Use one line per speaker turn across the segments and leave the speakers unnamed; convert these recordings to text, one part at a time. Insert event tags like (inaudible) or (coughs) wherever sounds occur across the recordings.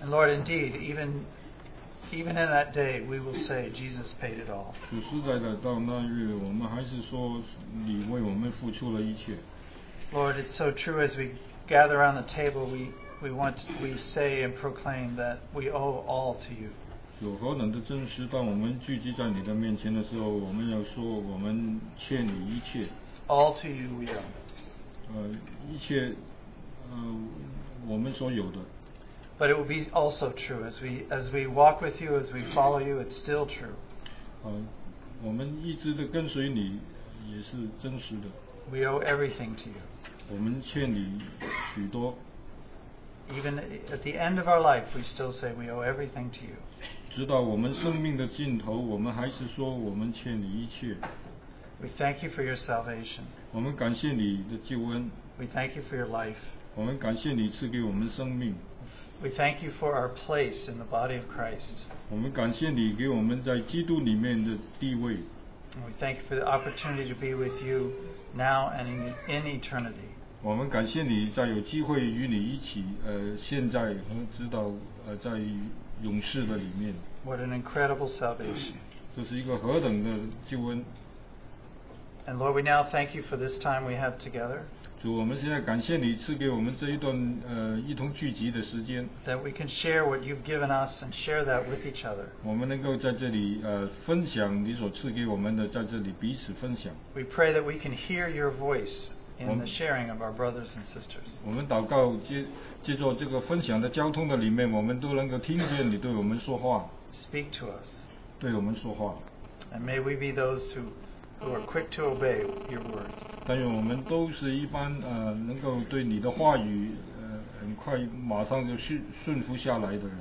Indeed, even even in that day, we will say Jesus paid it all.
主世代的到那日，我们还是说你为我们付出了一切。
Lord, it's so true as we gather around the table, we, we want, we say and proclaim that we owe all to you.
有何等的真实！当我们聚集在你的面前的时候，我们要说我们欠你一切，
All to you we owe.
呃，一切，呃，我们所有的。
But it will be also true as we, as we walk with you, as we follow you, it's still true.
呃，我们一直的跟随你，也是真实的。
We owe everything to you.
我们欠你许多，
Even at the end of our life, we still say we owe everything to you.
直到我们生命的尽头，我们还是说我们欠你一切。
We thank you for your salvation.
我们感谢你的救恩，
We thank you for your life.
我们感谢你赐给我们生命，
We thank you for our place in the body of Christ.
我们感谢你给我们在基督里面的地位。
And we thank you for the opportunity to be with you now and in, in eternity.
我们感谢你，在有机会与你一起，呃，现在和指导，呃，在勇士的里面，
What an incredible salvation.
这是一个何等的救恩！
And Lord, we now thank you for this time we have together,
主，我们现在感谢你赐给我们这一段呃一同聚集的时间，
that we can share what you've given us and share that with each other.
我们能够在这里呃分享你所赐给我们的，在这里彼此分享。
We pray that we can hear your voice in
Amen.
the sharing of our brothers and sisters.
我们祷告，借借助这个分享的交通的里面，我们都能够听见你对我们说话，
Speak to us.
对我们说话。
And may we be those who, who are quick to obey your word.
但愿我们都是一般呃，能够对你的话语呃很快马上就顺顺服下来的人。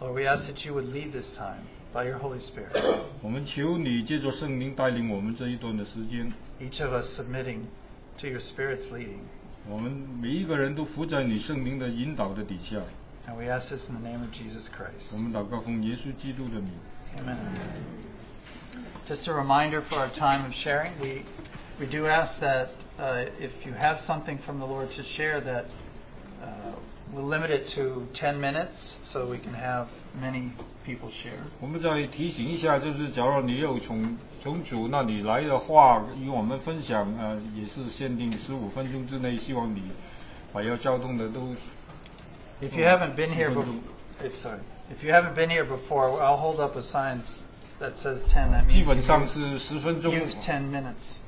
Lord, we ask that you would lead this time by your Holy Spirit,
我们求你借助圣灵带领我们这一段的时间，
each of us submitting to your Spirit's leading.
我们每一个人都伏在你圣灵的引导的底下。
And we ask this in the name of Jesus Christ.
我们祷告奉耶稣基督的名。
Amen. Just a reminder for our time of sharing, we, we do ask that uh, if you have something from the Lord to share, that uh, we'll limit it to 10 minutes so we can have many people share.
我们再提醒一下，就是假如你有从从主那里来的话，与我们分享，呃，也是限定十五分钟之内，希望你把要交通的都
If you haven't been here
Good.
before, sorry. If you haven't been here before, I'll hold up a sign s- that says 10. That
基
means
本上
you
是十分钟。
use 10 minutes.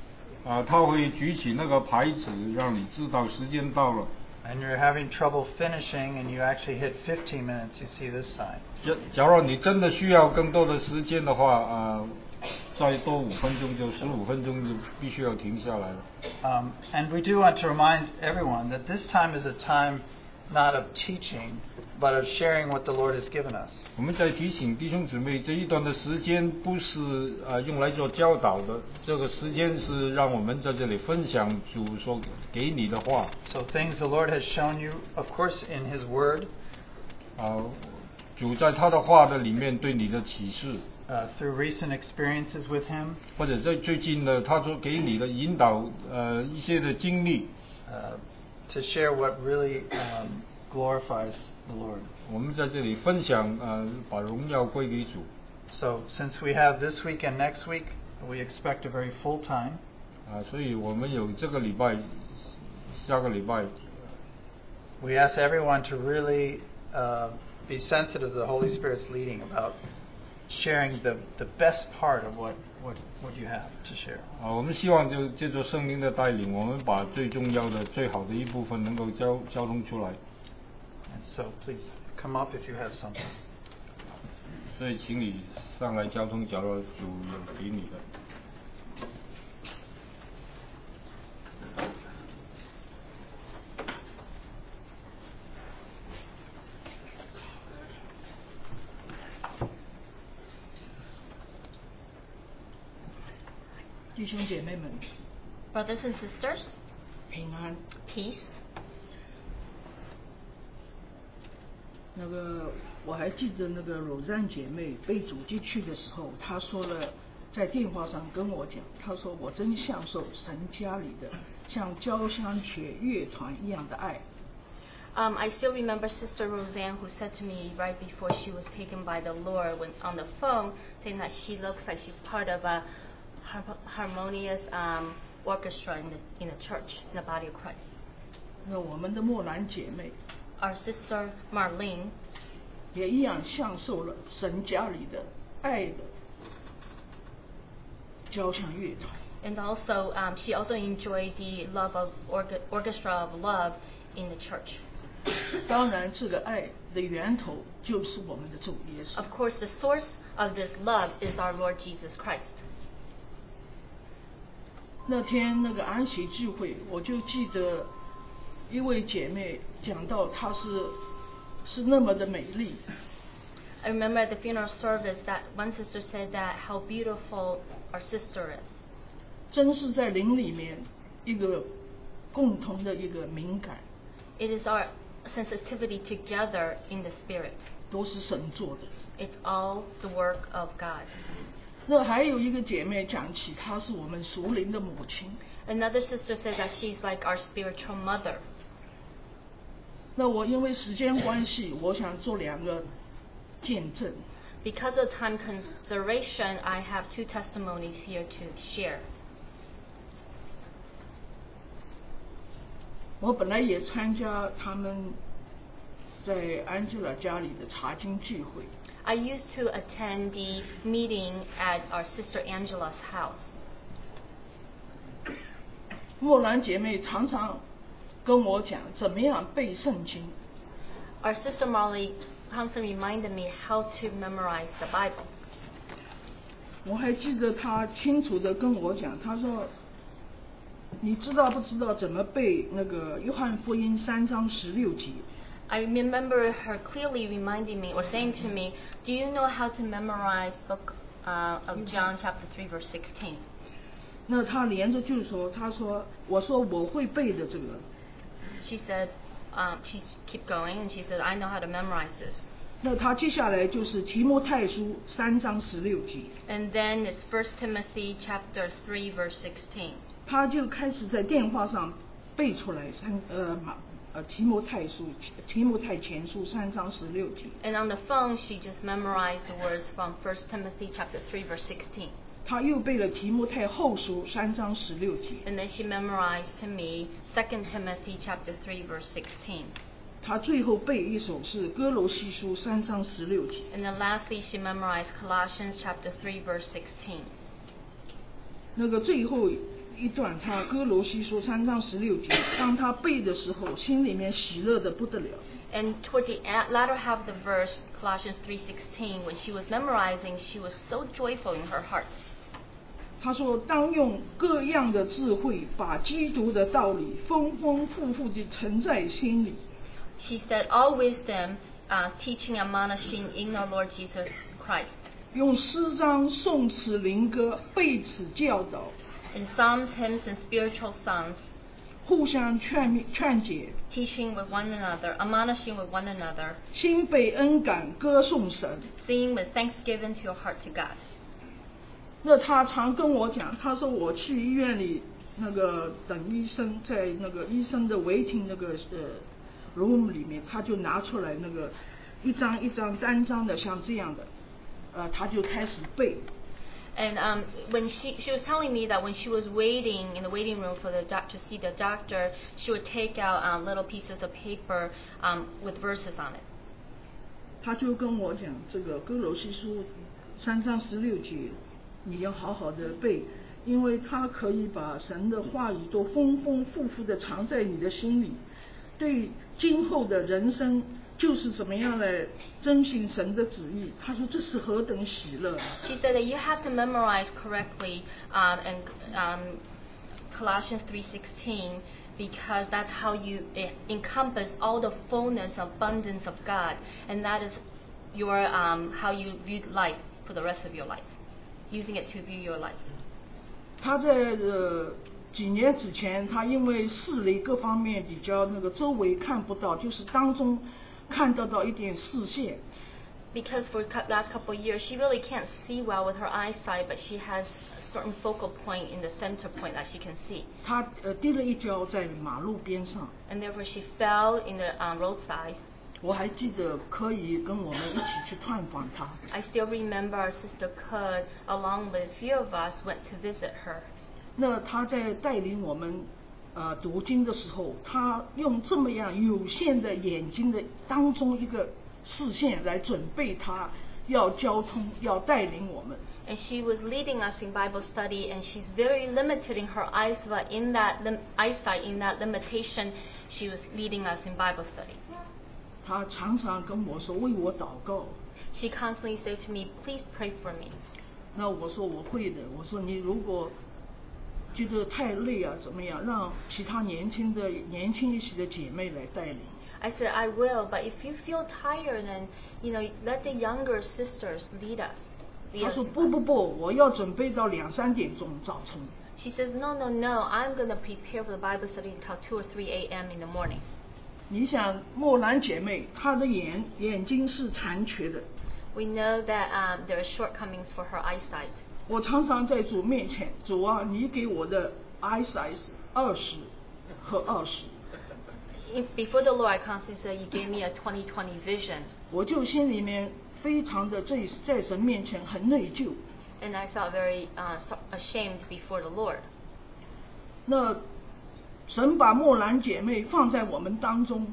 啊，他会举起那个牌子，让你知道时间到了。
And you're having trouble finishing and you actually hit 15 minutes, you see this sign.
假假如你真的需要更多的时间的话，啊，再多五分钟就十五分钟就必须要停下来了。
Um, and we do want to remind everyone that this time is a time not of teaching, but of sharing what the Lord has given us.
我们在提醒弟兄姊妹，这一段的时间不是啊、呃用来做教导的，这个时间是让我们在这里分享主所给你的话
So, things the Lord has shown you, of course, in His Word,
啊、主在他的话的里面对你的启示，
uh, through recent experiences with Him,
或者在最近的他所给你的引导，呃一些的经历，
uh, to share what really um, glorifies the Lord.
我们在这里分享，呃，把荣耀归给主。
So, since we have this week and next week, we expect a very full time.
啊，Uh, 所以我们有这个礼拜、下个礼拜，
We ask everyone to really uh, be sensitive to the Holy Spirit's leading about sharing the, the best part of what, what, what you have to share.
啊，我们希望就借助圣灵的带领，我们把最重要的、最好的一部分能够交交通出来。
And so please come up if you have something.
所以，请你上来交通，假如主有给你的。
弟兄姐妹们，
Brothers and sisters,
平安。
peace.
那个我还记得那个柔战姐妹被主进去的时候，她说了，在电话上跟我讲，她说我真享受神家里的像交响曲乐团一样的爱。
Um, I still remember Sister Roseanne who said to me right before she was taken by the Lord when on the phone, saying that she looks like she's part of a har- harmonious um, orchestra in the, in the church, in the body of Christ.
那我们的莫兰姐妹
Our sister Marlene
也一样享受了神家里的爱的交响乐团。
And also, um, she also enjoyed the love of orga- orchestra of love in the church.
当然，这个爱的源头就是我们的主耶稣
Of。course, the source of this love is our Lord Jesus Christ.
那天那个安息聚会，我就记得一位姐妹讲到她是是那么的美丽，
I remember at the funeral service that one sister said that how beautiful our sister is.
真是在灵里面一个共同的一个敏感，
It is our sensitivity together in the spirit.
都是神做的。
It's all the work of God.
那还有一个姐妹讲起，她是我们熟龄的母亲。
Another sister said that she's like our spiritual mother.
那我因为时间关系，我想做两个见证。
Because of time consideration, I have two testimonies here to share.
我本来也参加他们在安吉拉家里的查经聚会，
I used to attend the meeting at our sister Angela's house.
莫兰姐妹常常跟我讲怎么样背圣经。
Our sister Molly constantly reminded me how to memorize the Bible.
我还记得她清楚的跟我讲，她说：“你知道不知道怎么背那个约翰福音三章十六节？
I remember her clearly reminding me or saying to me, "Do you know how to memorize book uh, of John
Mm-hmm.
chapter 3 verse 16?"
那她连着就说：“她说，我说我会背的这个。”
She said, um, she kept going and she said, "I know how to memorize this."
那她接下来就是提摩太书三章十六节，
And then it's 1 Timothy chapter 3 verse 16.
她就开始在电话上背出来三呃马呃提摩太书提摩太前书三章十六节。
And on the phone, she just memorized the words from 1 Timothy chapter 3 verse 16.
他又背了提摩太后书三章十六节，
And then she memorized to me 2 Timothy chapter 3 verse 16.
他最后背一首是哥罗西书三章十六节。
And then lastly, she memorized Colossians chapter 3 verse 16.
那个最后一段，他哥罗西书三章十六节，当他背的时候，心里面喜乐的不得了。
And toward the a- latter half of the verse, Colossians 3:16, when she was memorizing, she was so joyful in her heart.
他说：“当用各样的智慧，把基督的道理丰丰富富地存在心里。
She said, "All wisdom, uh, teaching, admonishing in our Lord Jesus Christ."
用诗章、颂词、灵歌被此教导，
In psalms, hymns, and spiritual songs,
互相劝勉劝解，
teaching with one another, admonishing with one another,
心被恩感，歌颂神。
singing with thanksgiving to your heart to God.
那他常跟我讲，他说我去医院里那个等医生，在那个医生的 waiting 那个呃 room 里面，他就拿出来那个一张一张单张的像这样的，呃，他就开始背。
And um, when she she was telling me that when she was waiting in the waiting room for the doc- to see the doctor, she would take out um, little pieces of paper um, with verses on it.
他就跟我讲，这个哥罗西书三章十六节，你要好好的背，因为它可以把神的话语都丰丰富富的藏在你的心里，对今后的人生就是怎么样来遵循神的旨意。他说这是何等喜乐啊！
She said that you have to memorize correctly um, and um, Colossians 3:16 because that's how you it encompass all the fullness, abundance of God, and that is your um, how you view life for the rest of your life, using it to view your life.
他在呃几年之前，他因为视力各方面比较那个周围看不到，就是当中看得到一点视线。
Because for the last couple of years, she really can't see well with her eyesight, but she has certain focal point in the center point that she can see.
她呃跌了一跤在马路边上，
And therefore she fell in the um, roadside.
我还记得可以跟我们一起去探访她。
I still remember our sister Kun, along with a few of us, went to visit her.
那她在带领我们呃读经的时候，她用这么样有限的眼睛的当中一个视线来准备她要交通，要带领我们。
And she was leading us in Bible study, and she's very limited in her eyes, but in that lim- eyesight, in that limitation, she was leading us in Bible study.
她常常跟我说为我祷告。
She constantly said to me, "Please pray for me."
那我说我会的，我说你如果觉得太累啊，怎么样，让其他年轻的年轻一些的姐妹来带领。
I said, "I will, but if you feel tired, then you know, let the younger sisters lead us." lead
她
us
说
in
不不不，我要准备到两三点钟早晨。
She says, No, no, no, I'm going to prepare for the Bible study until 2 or 3 a.m. in the morning.
你想莫兰姐妹，她的眼眼睛是残缺的。
We know that um, there are shortcomings for her eyesight.
我常常在主面前，主啊，你给我的 eyesight 二十和二十，
If, before the Lord, I constantly said, You gave me a 20 20 vision.
我就心里面非常的在在神面前很内疚。
And I felt very uh, so- ashamed before the Lord.
那神把莫兰姐妹放在我们当中，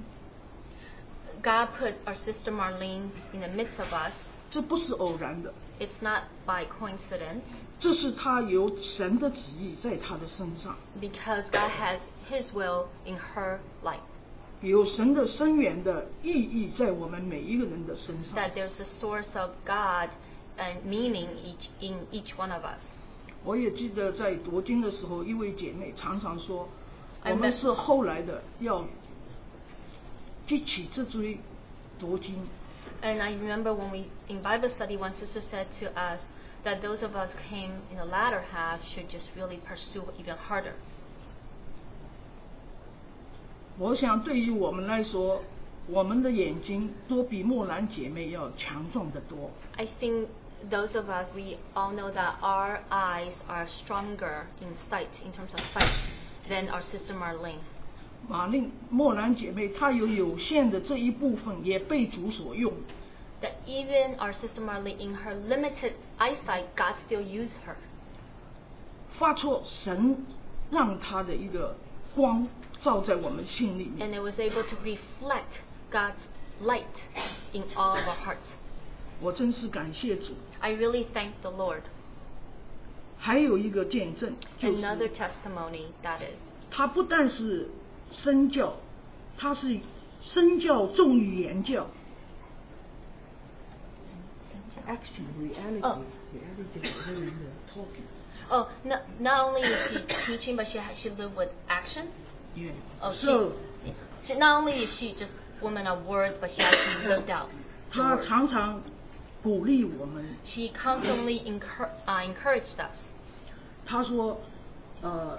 God put our sister Marlene in the midst of us.
这不是偶然的，
It's not by coincidence
这是他有神的旨意在他的身上，
because God has His will in her life.
有神的深远的意义在我们每一个人的身上。
That there's a source of God and meaning each, in each one of us.
我也记得在读经的时候，一位姐妹常常说，
I
我
met-
们是后来的要记起这堆读经。
And I remember when we in Bible study, one sister said to us that those of us came in the latter half should just really pursue even harder.
我想对于我们来说，我们的眼睛都比莫兰姐妹要强壮得多。
I think those of us we all know that our eyes are stronger in sight in terms of sight than our sister Marlene.
马令莫兰姐妹，她有有限的这一部分也被主所用，
That even our sister Marlene, in her limited eyesight, God still used her.
发出神让她的一个光照在我们心里
And
面。
it was able to reflect God's light in all of our hearts.
我真是感谢主。
I really thank the Lord.
还有一个见证，就
Another
是
testimony that is.
她不但是身教，她是身教重于言教。
Action, reality,
Oh.
reality is really the talking.
Oh, no, not only is she (coughs) teaching, but she ha- she lived with action.
Yeah.
Oh,
So-
she, she not only is she just woman of words, but she actually lived out. the
她
word.
常常鼓励我们，
She constantly encour- uh, encouraged us.
她说：“呃，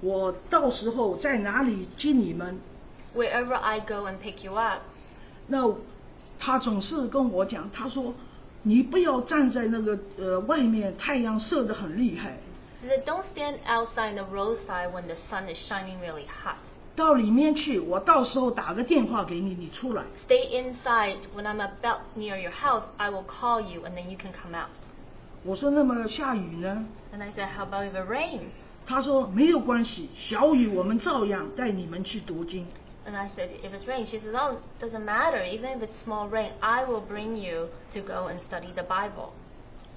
我到时候在哪里接你们？”
Wherever I go and pick you up,
那他总是跟我讲，他说你不要站在那个呃外面，太阳射得很厉害，
she said, "Don't stand outside the roadside when the sun is shining really hot.
到里面去，我到时候打个电话给你，你出来。
Stay inside. When I'm about near your house, I will call you, and then you can come out."
我说那么下雨呢？
And I said, "How about if it rains?"
他说没有关系，小雨我们照样带你们去读经。
And I said, if it's rain, she says, oh, doesn't matter. Even if it's small rain, I will bring you to go and study the Bible.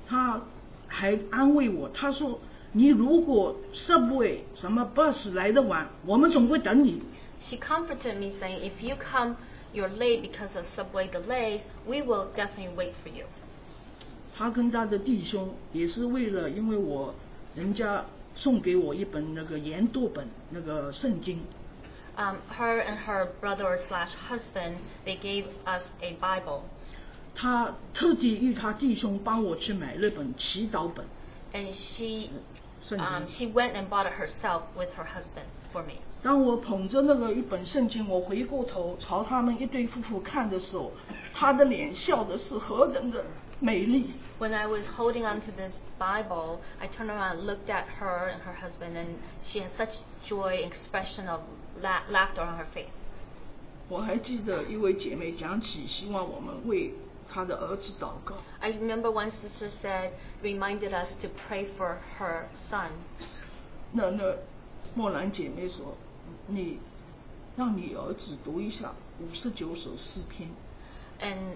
他还安慰我，他说你如果 subway 什么 bus 来的晚，我们总会等你。
She comforted me saying, if you come, you're late because of subway delays, we will definitely wait for you.
他跟他的弟兄也是为了，因为我人家送给我一本那个研读本那个圣经，
Um, her and her brother slash husband, they gave us a Bible.
他特地与他弟兄帮我去买那本祈祷本
And she,
圣
um,
经。
she went and bought it herself with her husband for me.
当我捧着那个一本圣经，我回过头朝他们一对夫妇看的时候，他的脸笑的是何等的美丽。
When I was holding onto this Bible, I turned around and looked at her and her husband, and she had such joy, expression of la- laughter on her face.
我还记得一位姐妹讲起，希望我们为她的儿子祷告。
I remember one sister said, reminded us to pray for her son.
那那莫兰姐妹说，你让你儿子读一下五十九首诗篇。
And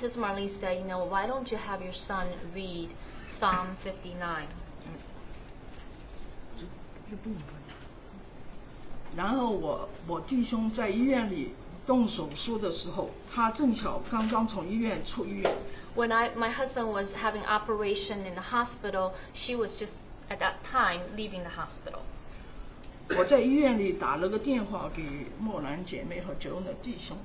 Sister Marlene said, you know, why don't you have your son read Psalm 59?
这不能问。
然后我我弟兄在医院里动手术的时候，他正巧刚刚从医院出院，
When I, my husband was having operation in the hospital, she was just at that time leaving the hospital.
我在医院里打了个电话给莫兰姐妹和九恩的弟兄，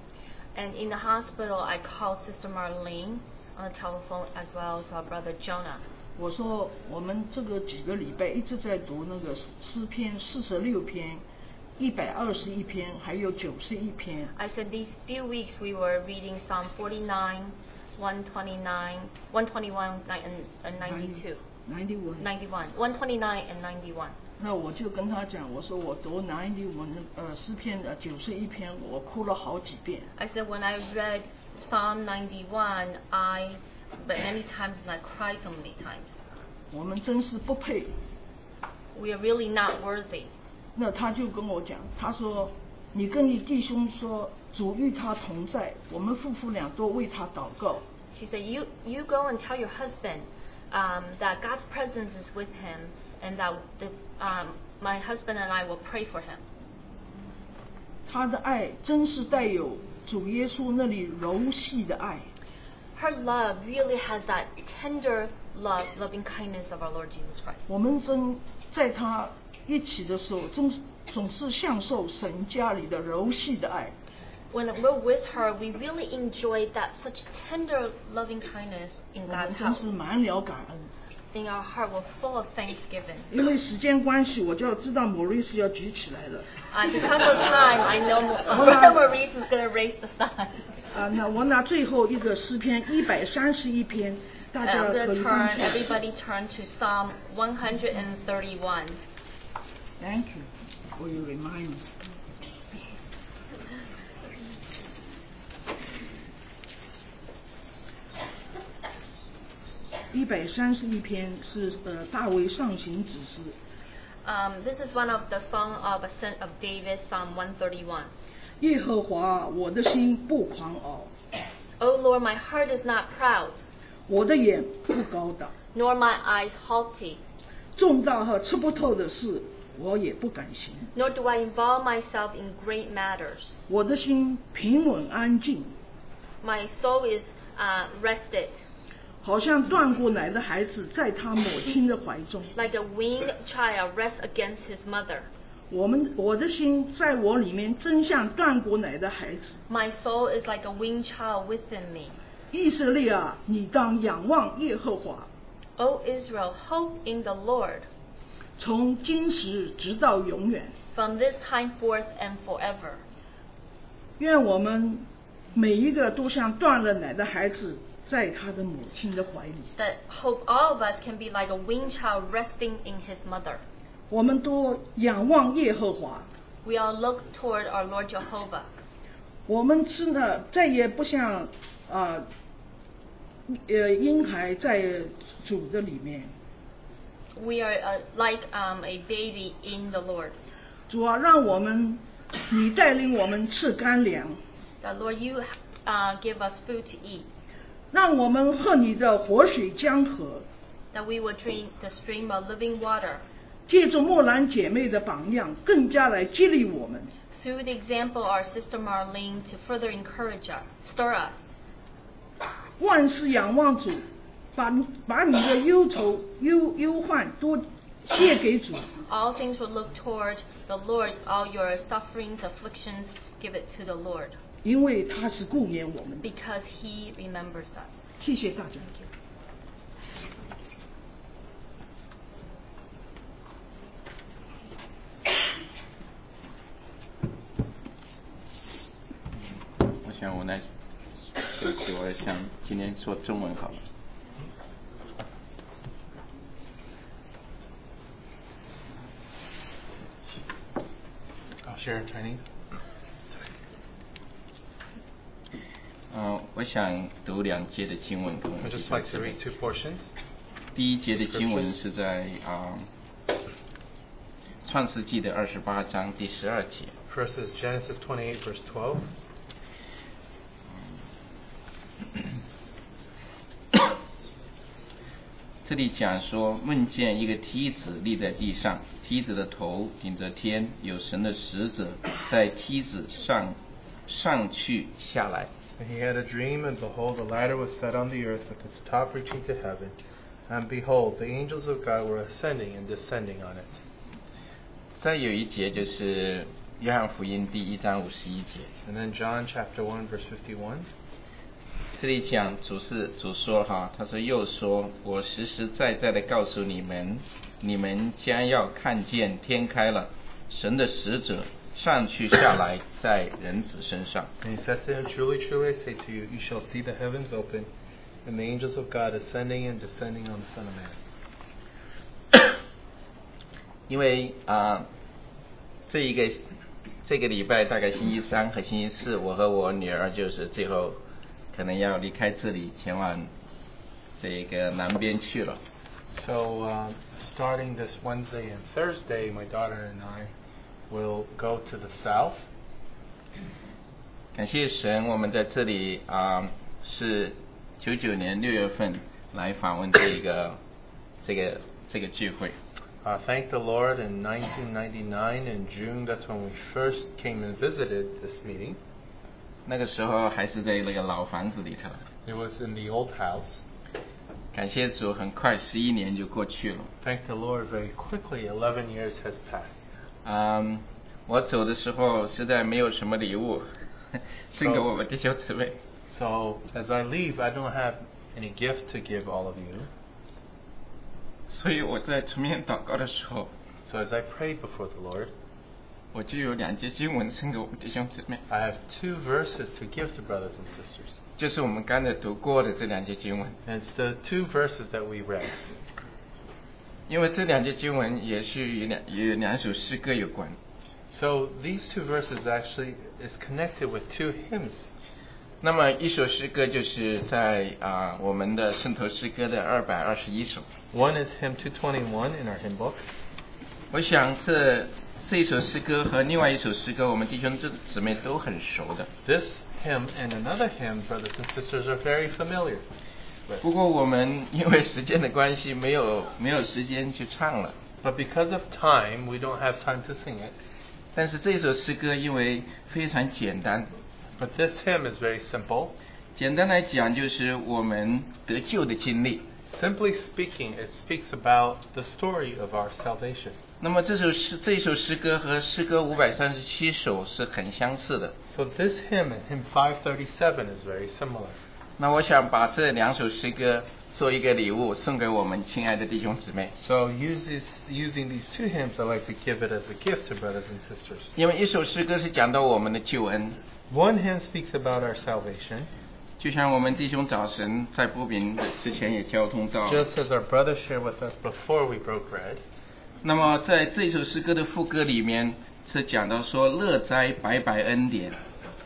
And in the hospital, I called Sister Marlene on the telephone as well as our brother Jonah.
我说我们这个几个礼拜一直在读那个诗诗篇四十六篇、一百二十一篇，还有九十一篇。
I said these few weeks we were reading Psalm 49, 129, 121, ni- and, and 92.
91
91. 129 and 91.
那我就跟他讲，我说我读南一文呃诗篇的九十一篇，我哭了好几遍。
I said when I read Psalm 91, I read many times and I cried so many times.
我们真是不配。
We are really not worthy.
那他就跟我讲，他说你跟你弟兄说，主与他同在，我们夫妇俩都为他祷告。
She said, "You you go and tell your husband um, that God's presence is with him, and that the, um, my husband and I will pray for him."
他的爱真是带有主耶稣那里柔细的爱。
Her love really has that tender love, loving kindness of our Lord Jesus Christ.
我们真在他一起的时候，总总是享受神家里的柔细的爱。
When we're with her, we really enjoy that such tender, loving kindness
我
in
们
God's
真
house.
是满了感恩。
In our heart, we're full of thanksgiving.
因为时间关系，我就要知道莫瑞斯要举起来了。
Uh, because of time, (laughs) I know
(laughs)
Brother Maurice is going to raise the sign.
啊，那我拿最后一个诗篇一百三十一篇，大
And
家
I'm
可
going
以
to
翻
turn,
出来。
everybody turn to Psalm 131.
Thank you for your reminder. 一百三十一篇是呃大卫上行指示，
Um, this is one of the Song of Ascent of David, Psalm 131.
耶和华，我的心不狂傲，
O Lord, my heart is not proud,
我的眼不高大，
nor my eyes haughty,
重大和吃不透的事我也不敢行，
nor do I involve myself in great matters.
我的心平稳安静，
My soul is uh, rested,
好像断过奶的孩子在他母亲的怀中。
like a weaned child rests against his mother.
我们我的心在我里面，真像断过奶的孩子。
My soul is like a weaned child within me.
以色列啊，你当仰望耶和华，
O Israel, hope in the Lord
从今时直到永远。
from this time forth and forever.
愿我们每一个都像断了奶的孩子，在他的母亲的怀里。
That hope all of us can be like a weaned child resting in his mother.
我们都仰望耶和华，
We all look toward our Lord Jehovah.
我们真的再也不像啊呃婴孩在主的里面。
We are uh, like um, a baby in the Lord.
主啊，让我们你带领我们吃干粮，
That Lord, you uh, give us food to eat.
让我们喝你的活水江河。
That we will drink the stream of living water.
借助莫兰姐妹的榜样，更加来激励我们。
Through the example of our sister Marlene to further encourage us, stir us.
万事仰望主，把把你的忧愁、忧忧患都卸给主，
All things will look toward the Lord. All your sufferings, afflictions, give it to the Lord.
因为他是顾念我们的。
Because He remembers us.
谢谢大家。
我想我来，对不起，我在想今天说中文好了。 share in Chinese?
嗯，我想读两节的经文跟我
I'd
们
just like to read two portions.
第一节的经文是在啊、创世纪的二十八章第十二节。
First is Genesis 28, verse 12.
这里讲说，梦见一个梯子立在地上，梯子的头顶着天，有神的使者在梯子上上去下来。
And he had a dream, and behold, a ladder was set on the earth with its top reaching to heaven. And behold, the angels of God were ascending and descending on it.
再有一节就是约翰福音第一章五十一节，
And then John chapter 1, verse 51.
这里讲主是主说哈，他说又说，我实实在在的告诉你们，你们将要看见天开了，神的使者上去下来在人子身上。
And he said to him, Truly, truly, I say to you, you shall see the heavens open, and the angels of God ascending and descending on the Son of Man.
因为啊、这一个这个礼拜大概星期三和星期四，我和我女儿就是最后可能要离开这里，前往这个南边去了。
So, um, starting this Wednesday and Thursday, my daughter and I will go to the south.
感谢神，我们在这里啊、是九九年六月份来访问这一个这个这个聚会。
Uh, thank the Lord in 1999 in June, that's when we first came and visited this meeting.
那个时候还是在那个老房子里头，
It was in the old house.
感谢主，很快十一年就过去了。
Thank the Lord very quickly, 11 years has passed.
嗯，我走的时候实在没有什么礼物 (laughs) 送给我们弟兄姊妹，
So, as I leave, I don't have any gift to give all of you.
所以我在出面祷告的时候，
So, as I prayed before the Lord,
我就有两节经文送给我们弟兄姊妹，
I have two verses to give to brothers and sisters.
就是我们刚才读过的这两节经文，
And it's the two verses that we read.
因为这两节经文也是与两与两首诗歌有关。
So, these two verses actually is connected with two hymns.
那么一首诗歌就是在啊、我们的圣头诗歌的二百二十一首，
One is hymn 221 in our hymn book.
我想这这一首诗歌和另外一首诗歌，我们弟兄这姊妹都很熟的。
This hymn and another hymn, brothers and sisters, are very familiar.
不过我们因为时间的关系，没有 (laughs) 没有时间去唱了。
But because of time, we don't have time to sing it.
但是这首诗歌因为非常简单，
But this hymn is very simple.
简单来讲就是我们得救的经历。
Simply speaking, it speaks about the story of our salvation.
那么这首诗这首诗歌和诗歌五百三十七首是很相似的。
So this hymn and hymn 537 is very similar.
那我想把这两首诗歌做一个礼物送给我们亲爱的弟兄姊妹，
So use this, using these two hymns, I like to give it as a gift to brothers and sisters.
因为一首诗歌是讲到我们的救恩，
One hymn speaks about our salvation,
就像我们弟兄早晨在波平之前也交通到。
just as our brother shared with us before we broke bread.
那么在这首诗歌的副歌里面是讲到说乐哉白白恩典，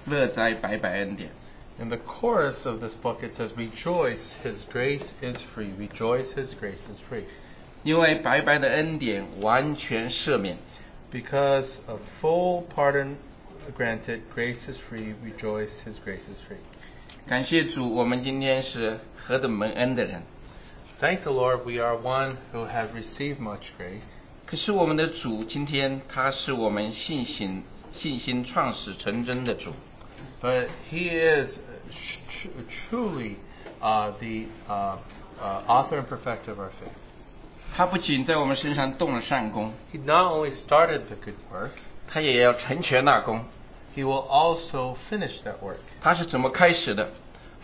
乐哉白白恩典。
In the chorus of this book, it says, Rejoice, His grace is free. Rejoice, His grace is free.
因为白白的恩典完全赦免，
Because of full pardon granted, grace is free. Rejoice, His grace is free.
感谢主，我们今天是何等蒙恩的人。
Thank the Lord, we are one who have received much grace.
可是我们的主今天他是我们信心信心创始成真的主，
But He is uh, tr- tr- truly uh, the uh, uh, author and perfecter of our faith.
他不仅在我们身上动了善功，
He not only started the good work,
他也要成全那功。
He will also finish that work.
他是怎么开始的？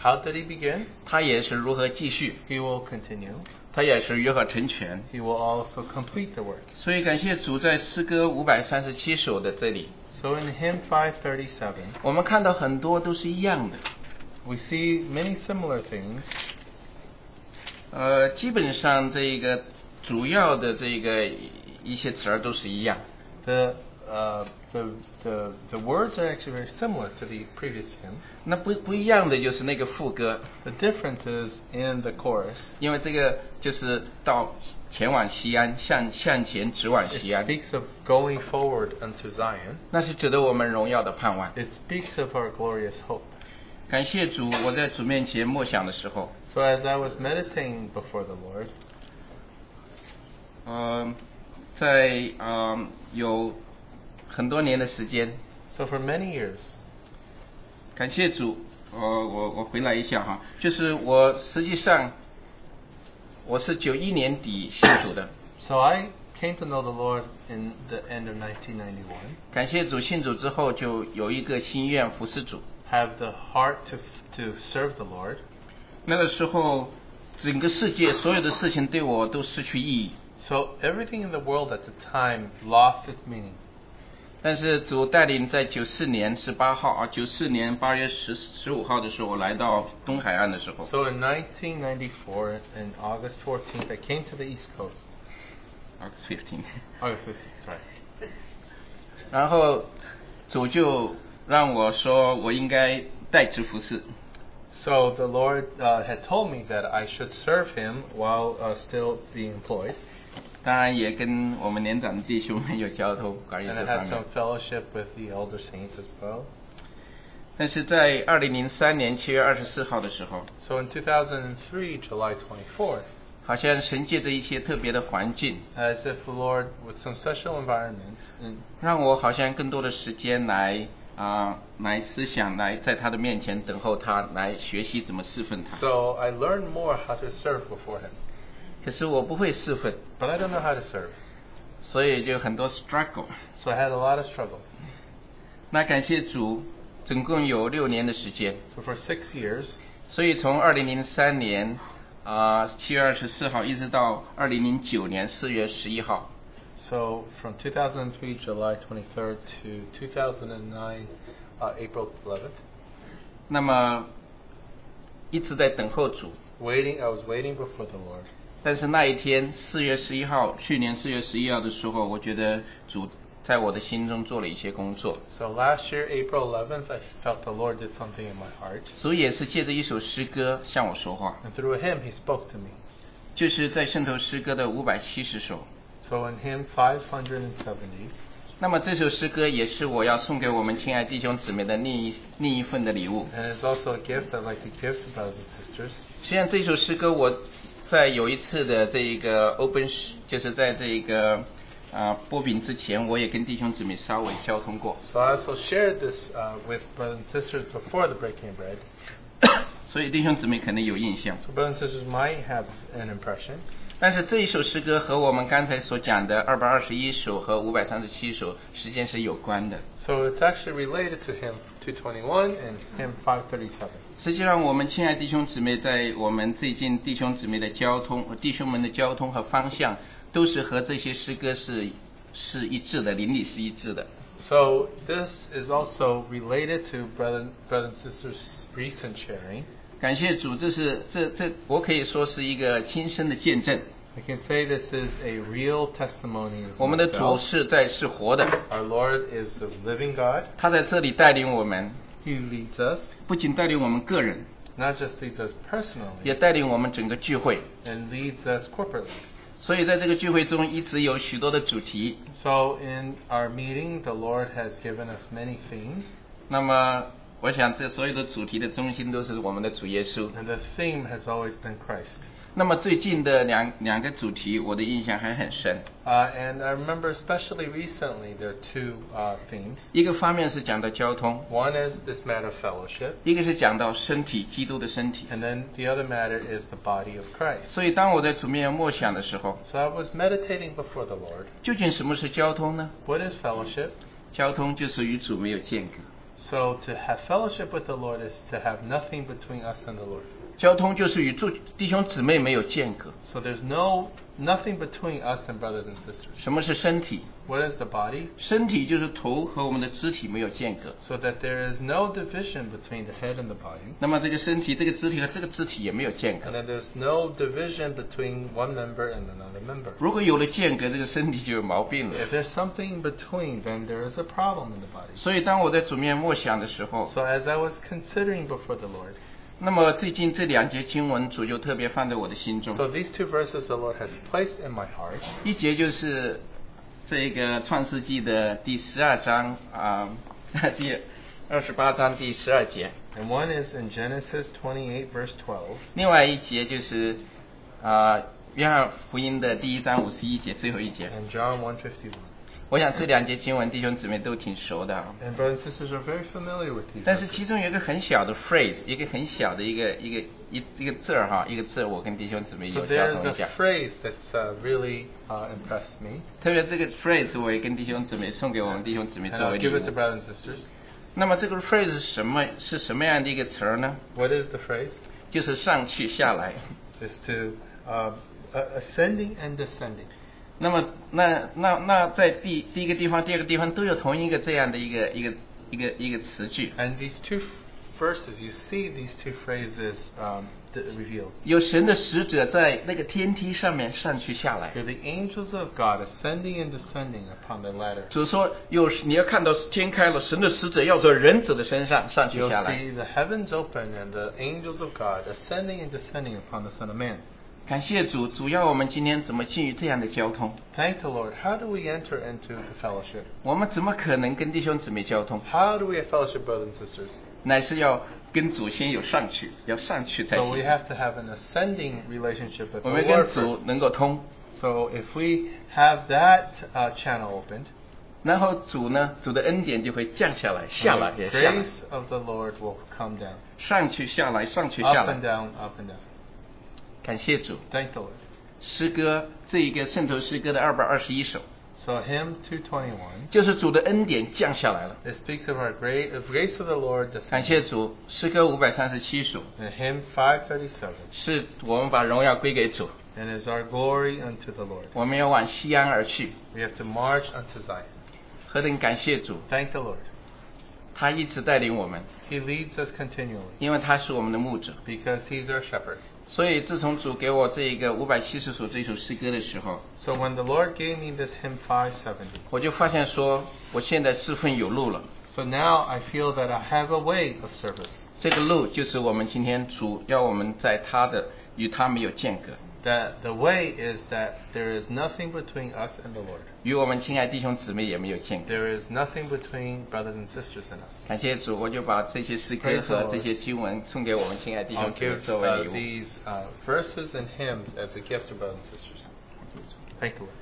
How did He begin?
他也是如何继续？
He will continue.
他也是如何成全？
He will also complete the work.
所以感谢主，在诗歌五百三十七首的这里，
So in hymn 537,
我们看到很多都是一样的。
we see many similar things.
呃，基本上这个主要的这个一些词儿都是一样，
The uh, the, the, the words are actually very similar to the previous hymn.
那不不一样的就是那个副歌，
The difference is in the chorus.
因为这个就是到前往西安，向向前直往西
It
安，
speaks of going forward unto Zion.
那是值得我们荣耀的盼望。
It speaks of our glorious hope.
感谢主，我在主面前默想的时候，
So as I was meditating before the Lord,
嗯、在嗯、有很多年的时间，
so for many years,
感谢主，呃，我我回来一下哈，就是我实际上我是九一年底信主的，
so I came to know the Lord in the end of 1991.
感谢主信主之后就有一个心愿服侍主，
Have the heart to to serve the Lord.
那个时候整个世界所有的事情对我都失去意义，
So everything in the world at the time lost its meaning.
但是主带领在九四年十八号啊，九四年八月十十五号的时候，我来到东海岸的时候，
So in 1994, in August 14th, I came to the East Coast.
August fifteen，
(laughs) August 15th, sorry.
然后主就让我说我应该代职服侍。
So the Lord uh, had told me that I should serve Him while uh, still being employed,
当然也跟我们年长的弟兄们有交头关于
and I
这方
had
面
some。fellowship with the elder saints as well.
但是在二零零三年七月二十四号的时候，
So in 2003, July 24th,
好像神借着一些特别的环境，
as if the Lord, with some special environments, and
让我好像更多的时间来啊、来思想，来在他的面前等候他，来学习怎么侍奉他。
so I learned more how to serve before Him.
可是我不会侍奉，
But I don't know how to serve,
所以就很多 struggle。
so I had a lot of struggle.
那感谢主，总共有六年的时间。
So for six years,
所以从二零零三年啊七、7月二十四号一直到二零零九年四月十一号，
so from 2003 July 23rd to 2009 uh, April 11th,
那么一直在等候主。
waiting, I was waiting before the Lord.
但是那一天四月十一号，去年四月十一号的时候，我觉得主在我的心中做了一些工作。
So last year, April 11th, I felt the Lord did something in my heart.
主也是借着一首诗歌向我说话，
And through Him, He spoke to me.
就是在圣头诗歌的五百七十首。
So in Him 570,
那么这首诗歌也是我要送给我们亲爱弟兄姊妹的另一另一份的礼物。
and it's also a gift I'd like to give to brothers and sisters.
实际上这首诗歌我在有一次的这一个 open 诗就是在这一个啊波饼之前，我也跟弟兄姊妹稍微交通过，
So I also shared this uh, with brothers and sisters before the breaking of bread.
所以弟兄姊妹可能有印象。
So brothers and sisters might have an impression.
但是这一首诗歌和我们刚才所讲的二百二十一首和五百三十七首实际上是有关的。
So it's actually related to hymn 221 and hymn 537.
实际上，我们亲爱弟兄姊妹，在我们最近弟兄姊妹的交通、弟兄们的交通和方向，都是和这些诗歌是是一致的，邻里是一致的。
So this is also related to brother, brother and sisters' recent sharing.
感谢主，这是这这，我可以说是一个亲身的见证。
I can say this is a real testimony. of
我们的主
myself.
是在是活的，
Our Lord is the living God.
他在这里带领我们，
He leads us,
不仅带领我们个人，
not just leads us
也
personally,
带领我们整个聚会。
and leads us corporately.
所以在这个聚会中，一直有许多的主题。
So in our meeting, the Lord has given us many themes,
那么，我想这所有的主题的中心都是我们的主耶稣。
and the theme has always been Christ.
那么最近的两两个主题，我的印象还很深。
Uh, and I remember especially recently there are two uh, themes.
一个方面是讲到交通，
One is this matter of fellowship,
一个是讲到身体，基督的身体。
and then the other matter is the body of Christ.
所以，当我在主面前默想的时候，
So I was meditating before the Lord.
究竟什么是交通呢？
What is fellowship?
交通就是与主没有间隔。
So to have fellowship with the Lord is to have nothing between us and the Lord.
交通就是与诸弟兄姊妹没有间隔。
So there's no nothing between us and brothers and sisters.
什么是身体？
What is the body?
身体就是头和我们的肢体没有间隔。
So that there is no division between the head and the body,
那么这个身体、这个肢体和这个肢体也没有间
and
隔。
that there's no division between one member and another member.
如果有了间隔，这个身体就有毛病了
If。there's something between, then there is a problem in the body.
所以当我在主面默想的时候，
So as I was considering before the Lord,
那么最近这两节经文主就特别放在我的心中。
so these two verses the Lord has placed in my heart.
一节就是这个创世纪的第十二章啊、 (laughs) 第二十八章第十二节，
And one is in Genesis 28, verse 12.
另外一节就是啊、约翰福音的第一章五十一节最后一节。
and John 151.
我想这两节经文弟兄姊妹都挺熟的啊，
And brothers and sisters are very familiar with these.
但是
verses.
其中有一个很小的 phrase，一个很小的一个一个一一个字儿哈，一个字儿我跟弟兄姊妹
So
有交
there's
通一下
a。phrase that's uh, really uh, impressed me,
特别这个 phrase 我也跟弟兄姊妹送给我们弟兄姊妹
and
作为
I'll
礼
give it to
物。
brothers and sisters.
那么这个 phrase 是什么是什么样的一个词儿呢？
What is the phrase?
就是上去下来。
Is to uh, a- ascending and descending.
那么那那那在第第一个地方、第二个地方都有同一个这样的一个一个一个一个词句，
And these two verses, you see these two phrases um, d- revealed.
有神的使者在那个天梯上面上去下来。
You're the angels of God ascending and descending upon the ladder.
主说有你要看到天开了，神的使者要在人子的身上上去
You'll see
下来。
the heavens open and the angels of God ascending and descending upon the Son of Man.
感谢主，主要我们今天怎么进入这样的交通？
Thank the Lord. How do we enter into the fellowship?
我们怎么可能跟弟兄姊妹交通？
How do we have fellowship, brothers and sisters?
乃是要跟祖先有上去，要上去才
So we
行。
have to have an ascending relationship with
我
the
们跟
Lord
主
first.
能够通，
So if we have that uh, channel opened,
然后主呢，主的恩典就会降下来，下来
the
也下来。
grace of the Lord will come down,
上去下来，上去下
up
来
and，down, up and down.
感谢主。
Thank the Lord.
诗歌这一个圣徒诗歌的二百二十一首，
So hymn 221.
就是主的恩典降下来了。
It speaks of our great of grace of the Lord
感谢
descending.
主，诗歌五百三十七首，
And hymn 537.
是我们把荣耀归给主，
And is our glory unto the Lord.
我们要往西安而去。
We have to march unto Zion.
何等感谢主，
Thank the Lord.
他一直带领我们，
He leads us continually
因为他是我们的牧者。
because He's our shepherd.
所以自从主给我这一个五百七十首这首诗歌的时候，
So when the Lord gave me this hymn 570,
我就发现说，我现在四分有路了。
so now I feel that I have a way of service.
这个路就是我们今天主要我们在他的与他没有间隔。
That the way is that there is nothing between us and the Lord.
与我们亲爱弟兄姊妹也没有间隔。
There is nothing between brothers and sisters in us.
感谢主，我就把这些诗歌
Praise the
和
Lord
这些经文送给我们亲爱弟
I'll
兄姊妹
give
作为
uh,
礼物。
these uh, verses and hymns as a gift to brothers and sisters. Thank the Lord.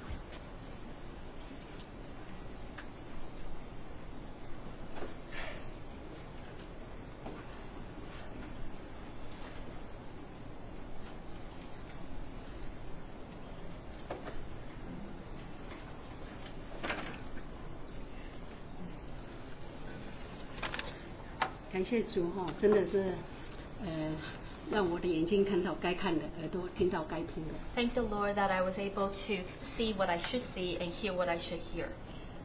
感谢主哈、真的是，呃，让我的眼睛看到该看的，耳朵听到该听的。
Thank the Lord that I was able to see what I should see and hear what I should hear.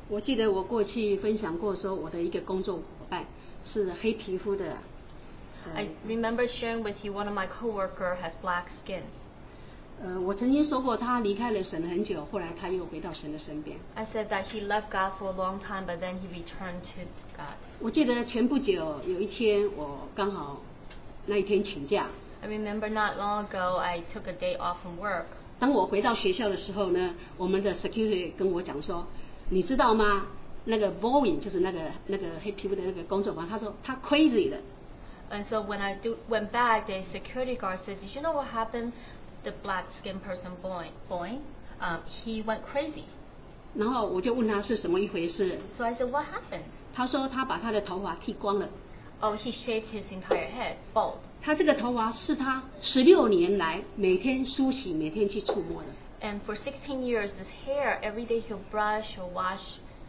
我记得我过去分享过，说我的一个工作伙伴是黑皮肤的，呃
I remember sharing with you one of my coworker has black skin.
呃，我曾经说过他离开了神很久，后来他又回到神的身边。
I said that he left God for a long time, but then he returned to God.
我记得前不久有一天，我刚好那一天请假，
I remember not long ago I took a day off from work.
当我回到学校的时候呢，我们的 security 跟我讲说，你知道吗？那个 Boeing 就是那个那个黑皮肤的那个工作伙伴，他说他 crazy 了。
And so when I do, went back, the security guard said, "Did you know what happened? The black skinned person, boy, boy, um, he went crazy."
然后我就问他是怎么一回事，
So I said, "What happened?"
他说他把他的头发剃光了。
Oh, he shaved his entire head, bald.
他这个头发是他十六年来每天梳洗、每天去触摸的。
And for 16 years, his hair every day he'll brush or wash,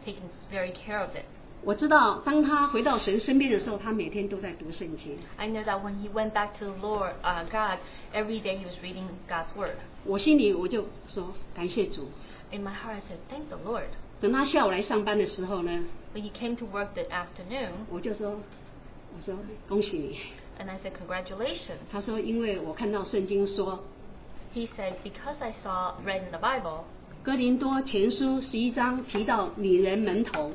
taking very care of it.
我知道，当他回到神身边的时候，他每天都在读圣经。
I know that when he went back to the Lord, uh, God, every day he was reading God's word.
我心里我就说感谢主。
In my heart, I said, Thank the Lord.
等他下午来上班的时候呢，
When he came to work that afternoon,
我就说，我说恭喜你。
and I said, Congratulations.
他说，因为我看到圣经说，
He said, Because I saw, read in the Bible,
哥林多前书十一章提到女人门头，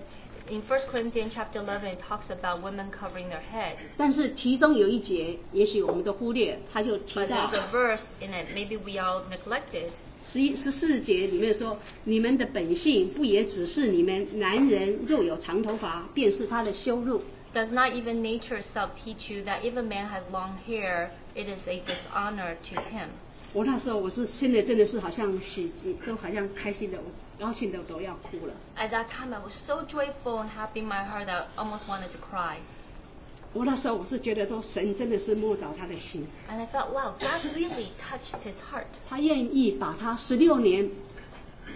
in 1 Corinthians chapter 11, it talks about women covering their head.
但是其中有一节，也许我们都忽略，他就提
But
到
there's a verse in it, maybe we all neglected.
十一十四节里面说，你们的本性不也只是你们男人若有长头发，便是他的羞辱。
Does not even nature itself teach you that if a man has long hair, it is a dishonor to him?
我那时候我是现在真的是好像喜极，都好像开心的，我高兴的都要哭了。
At that time, I was so joyful and happy in my heart that I almost wanted to cry.
我那时候我是觉得说，神真的是摸着他的心，
And I felt, wow, God really touched his heart.
他愿意把他十六年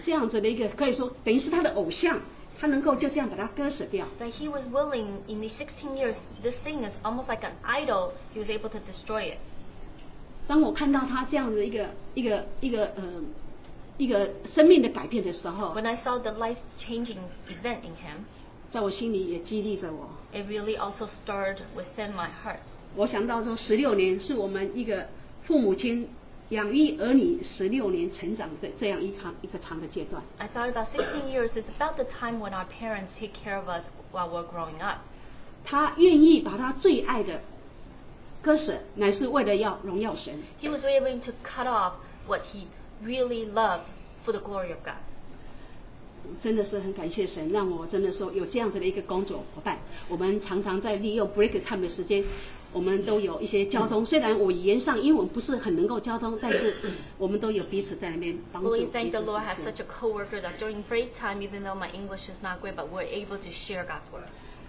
这样子的一个，可以说等于是他的偶像，他能够就这样把他割舍掉。
That he was willing, in these 16 years, this thing is almost like an idol, he was able to destroy it.
当我看到他这样的一个一个一个
Mm-hmm.
呃一个生命的改变的时候，
When I saw the life changing event in him,
在我心里也激励着我。
it really also stirred within my heart.
我想到说，十六年是我们一个父母亲养育儿女十六年成长这这样一长一个长的阶段。
I thought about 16 years is about the time when our parents take care of us while we're growing up.
他愿意把他最爱的割舍，乃是为了要荣耀神。
He was willing to cut off what he really loved for the glory of God.
真的是很感谢神，让我真的说有这样子的一个工作伙伴。我们常常在利用 break time 的时间，我们都有一些交通。虽然我语言上英文不是很能够交通，但是我们都有彼此在那边帮助。
We thank
彼
the
此
Lord
扶
has
持
such a co-worker that during break time, even though my English is not great, but we're able to share God's word.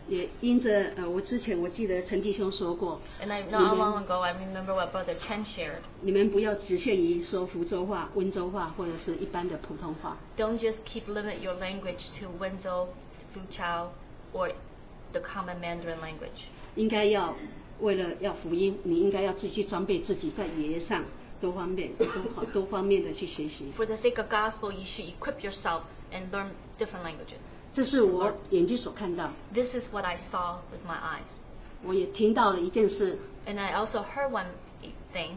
也因着呃，我之前我记得陈弟兄说过，
And I, not long ago, I remember what Brother Chen shared.
你们不要只限于说福州话、温州话或者是一般的普通话，
Don't just keep limit your language to Wenzel, to Fuchao, or the common Mandarin language.
应该要为了要福音，你应该要自己装备自己，在语言上多方面、多好多方面的去学习。
For the sake of gospel, you should equip yourself and learn different languages.
这是我眼睛所看到，
This is what I saw with my eyes.
我也听到了一件事，
And I also heard one thing.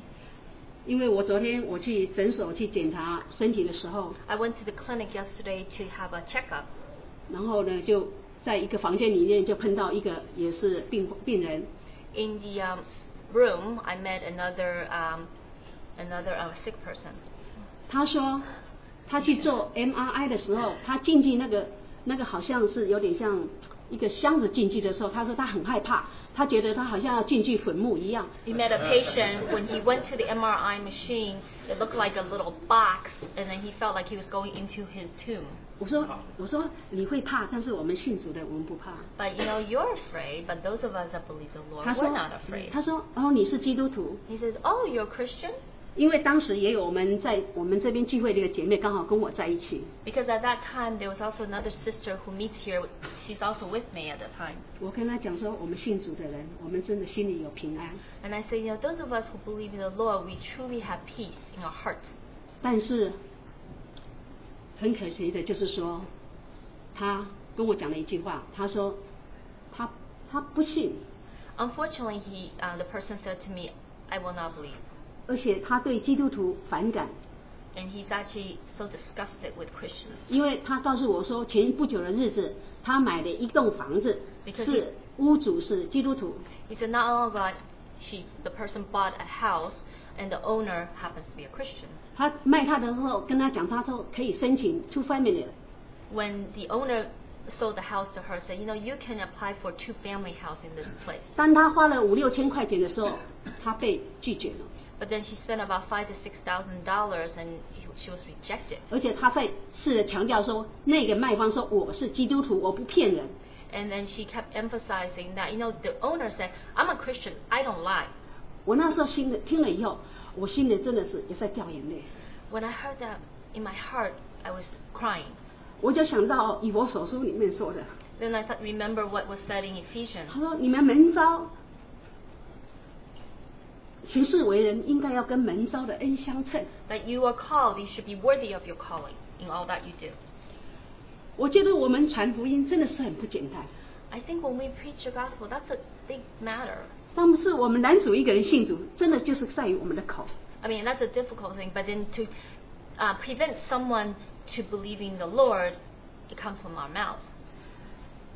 因为我昨天我去诊所去检查身体的时候，
I went to the clinic yesterday to have a checkup,
然后呢就在一个房间里面就碰到一个也是病病人，
in the um, room, I met another um, another uh, sick person.
他说他去做 MRI 的时候，他进去那个那个好像是有点像一个箱子进去的时候，他说他很害怕，他觉得他好像要进去坟墓一样。
He met a patient when he went to the MRI machine. It looked like a little box, and then he felt like he was going into his tomb.
我说我说你会怕，但是我们信主的我们不怕。
But you know, you're afraid. But those of us that believe the Lord,
他说
we're not afraid.
他说哦你是基督徒，
He says, "Oh, you're a Christian."
因为当时也有我们在我们这边聚会的一个姐妹刚好跟我在一起，
Because at that time there was also another sister who meets here. She's also with me at the time.
我跟她讲说我们信主的人，我们真的心里有平安，
And I say, you know, those of us who believe in the Lord, we truly have peace in our hearts.
但是很可惜的就是说，他跟我讲了一句话，他说他他不信，
Unfortunately, he, uh, the person said to me, I will not believe.
而且他对基督徒反感，
And he's actually so disgusted with Christians
因为他告诉我说前不久的日子，他买了一栋房子，
Because-
是屋主是基督徒，
He said, not long ago, she, the person bought a house, and the owner happens to be a Christian.
他卖他的时候跟他讲，他说可以申请 two family。
When the owner sold the house to her, said, you know, you can apply for two family house in this place.
当他花了五六千块钱的时候，他被拒绝了，
But then she spent about five to six thousand dollars, and he, she was rejected.
而且他再次的强调说，那个卖方说我是基督徒，我不骗人。
And then she kept emphasizing that, you know, the owner said, I'm a Christian, I don't lie.
我那时候心里听了以后，我心里真的是也在掉眼泪。
When I heard that in my heart, I was crying.
我就想到以佛所书里面说的，
Then I thought, remember what was said in Ephesians.
他说：“你们门招行事为人，应该要跟门招的恩相称。
That you are called, you should be worthy of your calling in all that you do. ”
我觉得我们传福音真的是很不简单。
I think when we preach the gospel, that's a big matter.
但不是我们男主一个人信主，真的就是在于我们的口。
I mean, that's a difficult thing, but then to uh, prevent someone to believe in the Lord, it comes from our mouth.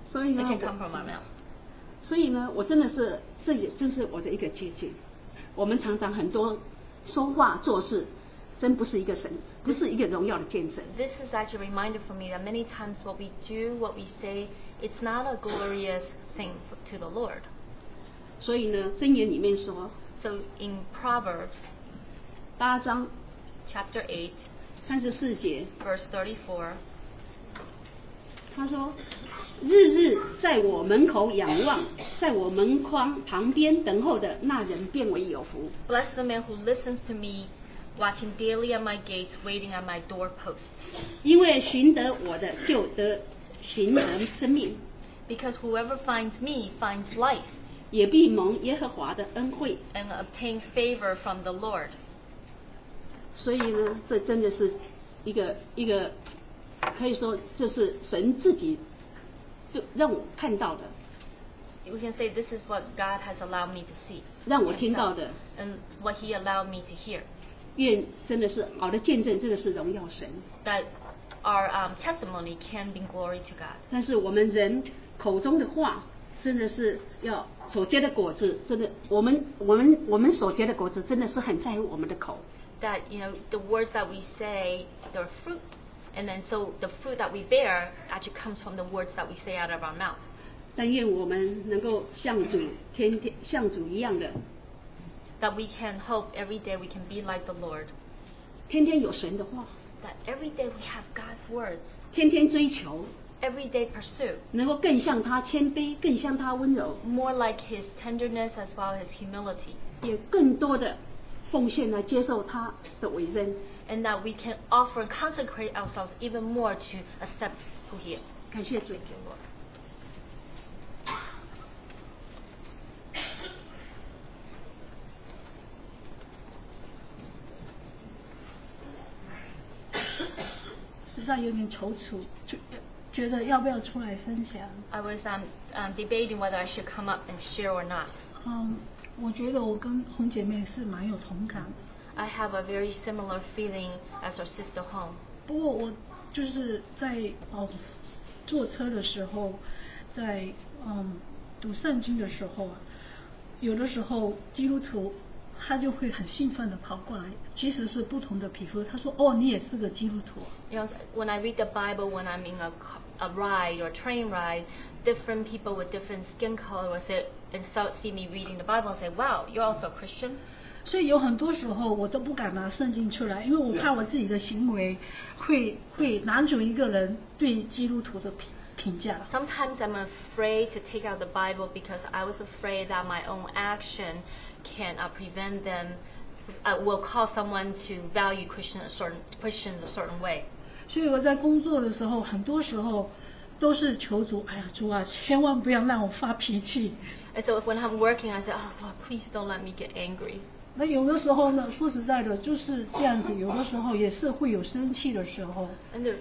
所以
It
呢，
can
我
come from our mouth.
所以呢，我真的是，这也真是我的一个接近。我们常常很多说话做事，真不是一个神，不是一个荣耀的见证。
This is actually a reminder for me that many times what we do, what we say, it's not a glorious thing f- to the Lord.
所以呢，箴言里面说，
So in Proverbs
八章
chapter 8,
三十四节，
verse 34,
他说：“日日在我门口仰望，在我门框旁边等候的那人，变为有福。
Bless the man who listens to me, watching daily at my gates, waiting at my doorposts.
因为寻得我的，就得寻得生命，
Because whoever finds me finds life
也必蒙耶和华的恩惠。
and obtains favor from the Lord. ”
所以呢，这真的是一个一个，可以说这是神自己就让我看到的，
We can say this is what God has allowed me to see
让我听到的。
and what He allowed me to hear.
愿真的是好的见证，真的是荣耀神。
That our um, testimony can bring glory to God.
但是我们人口中的话，真的是要所结的果子，真的，我们我们我们所结的果子，真的是很在乎我们的口。
That you know the words that we say, they're fruit, and then so the fruit that we bear actually comes from the words that we say out of our mouth.
但愿我们能够像主天天像主一样的，
That we can hope every day we can be like the Lord.
天天有神的话，
that every day we have God's words,
天天追求，
every day pursue,
能够更像他谦卑，更像他温柔，
more like His tenderness as well as His humility,
也更多的奉献来接受他的委任。
and that we can offer and consecrate ourselves even more to accept who He is.
感谢主。
Thank you, Lord.
实在有点踌躇，就觉得要不要出来分享？
I was um, um, debating whether I should come up and share or not.
嗯，我觉得我跟红姐妹是蛮有同感的，
I have a very similar feeling as our sister home.
不过我就是在哦坐车的时候，在嗯读圣经的时候啊，有的时候基督徒他就会很兴奋的跑过来，即使是不同的皮肤，他说：“哦，你也是个基督徒啊。
You know, when I read the Bible, when I'm in a, ca- a ride or a train ride, different people with different skin color will say, and so see me reading the Bible and say, wow, you're also a Christian? ”
所以有很多时候我都不敢拿圣经出来，因为我怕我自己的行为会会拦阻一个人对基督徒的评评价。
Sometimes I'm afraid to take out the Bible because I was afraid that my own action can uh, prevent them, uh, will cause someone to value Christian a certain, Christians a certain way.
所以我在工作的时候，很多时候都是求主，哎呀，主啊，千万不要让我发脾气。
And so when I'm working, I say, oh Lord, please don't let me get angry.
那有的时候呢，说实在的，就是这样子，有的时候也是会有生气的时候。
And there,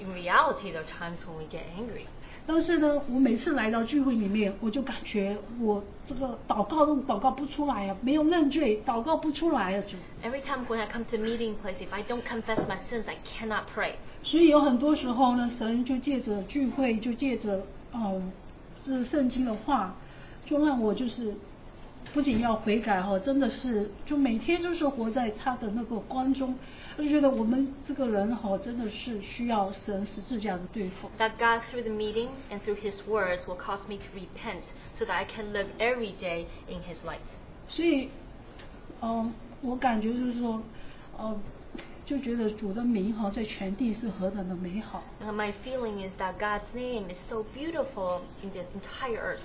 in reality, there are times when we get angry.
但是呢，我每次来到聚会里面，我就感觉我这个祷告都祷告不出来啊，没有认罪，祷告不出来啊，主。
Every time when I come to meeting place, if I don't confess my sins, I cannot pray.
所以有很多时候呢，神就借着聚会，就借着嗯，就是圣经的话，就让我就是不仅要悔改哈、真的是就每天就是活在他的那个光中，我就觉得我们这个人哈、真的是需要神十字架的对付。
That God, through the meeting and through His words, will cause me to repent so that I can live every day in His light.
所以，嗯，我感觉就是说，嗯，就觉得主的名哈、在全地是何等的美好。
And my feeling is that God's name is so beautiful in the entire earth.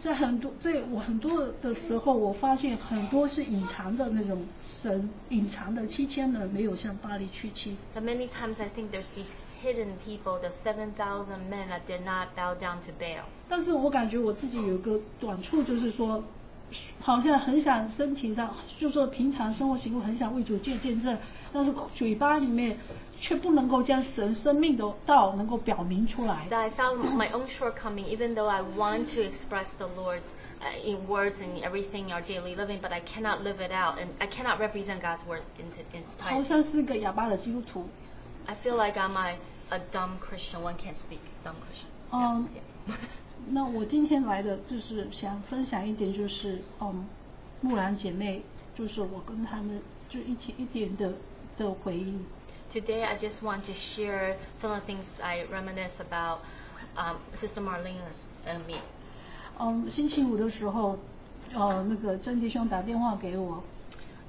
在很多在我很多的时候，我发现很多是隐藏的那种神，隐藏的七千人没有向巴黎去七。
That many times I think there's these hidden people, the 7,000 men that did not bow down to Baal.
但是我感觉我自己有个短处，就是说，好像很想身体上，就说平常生活行为很想为主见见证，但是嘴巴里面却不能够将神生命的道能够表明出来。
That I found my own shortcoming, even though I want to express the Lord uh, in words and everything in our daily living, but I cannot live it out, and I cannot represent God's word in t- in its
好像
time.
是个哑巴的基督徒。
I feel like I'm a, a dumb Christian. One can't speak dumb Christian. Yeah,
Um,
yeah.
那我今天来的就是想分享一点，就是嗯，木兰姐妹，就是我跟她们就一起一点的的回忆。
Today, I just want to share some of the things I reminisce about um, Sister Marlene and me.
嗯，星期五的时候，呃，那个郑弟兄打电话给我，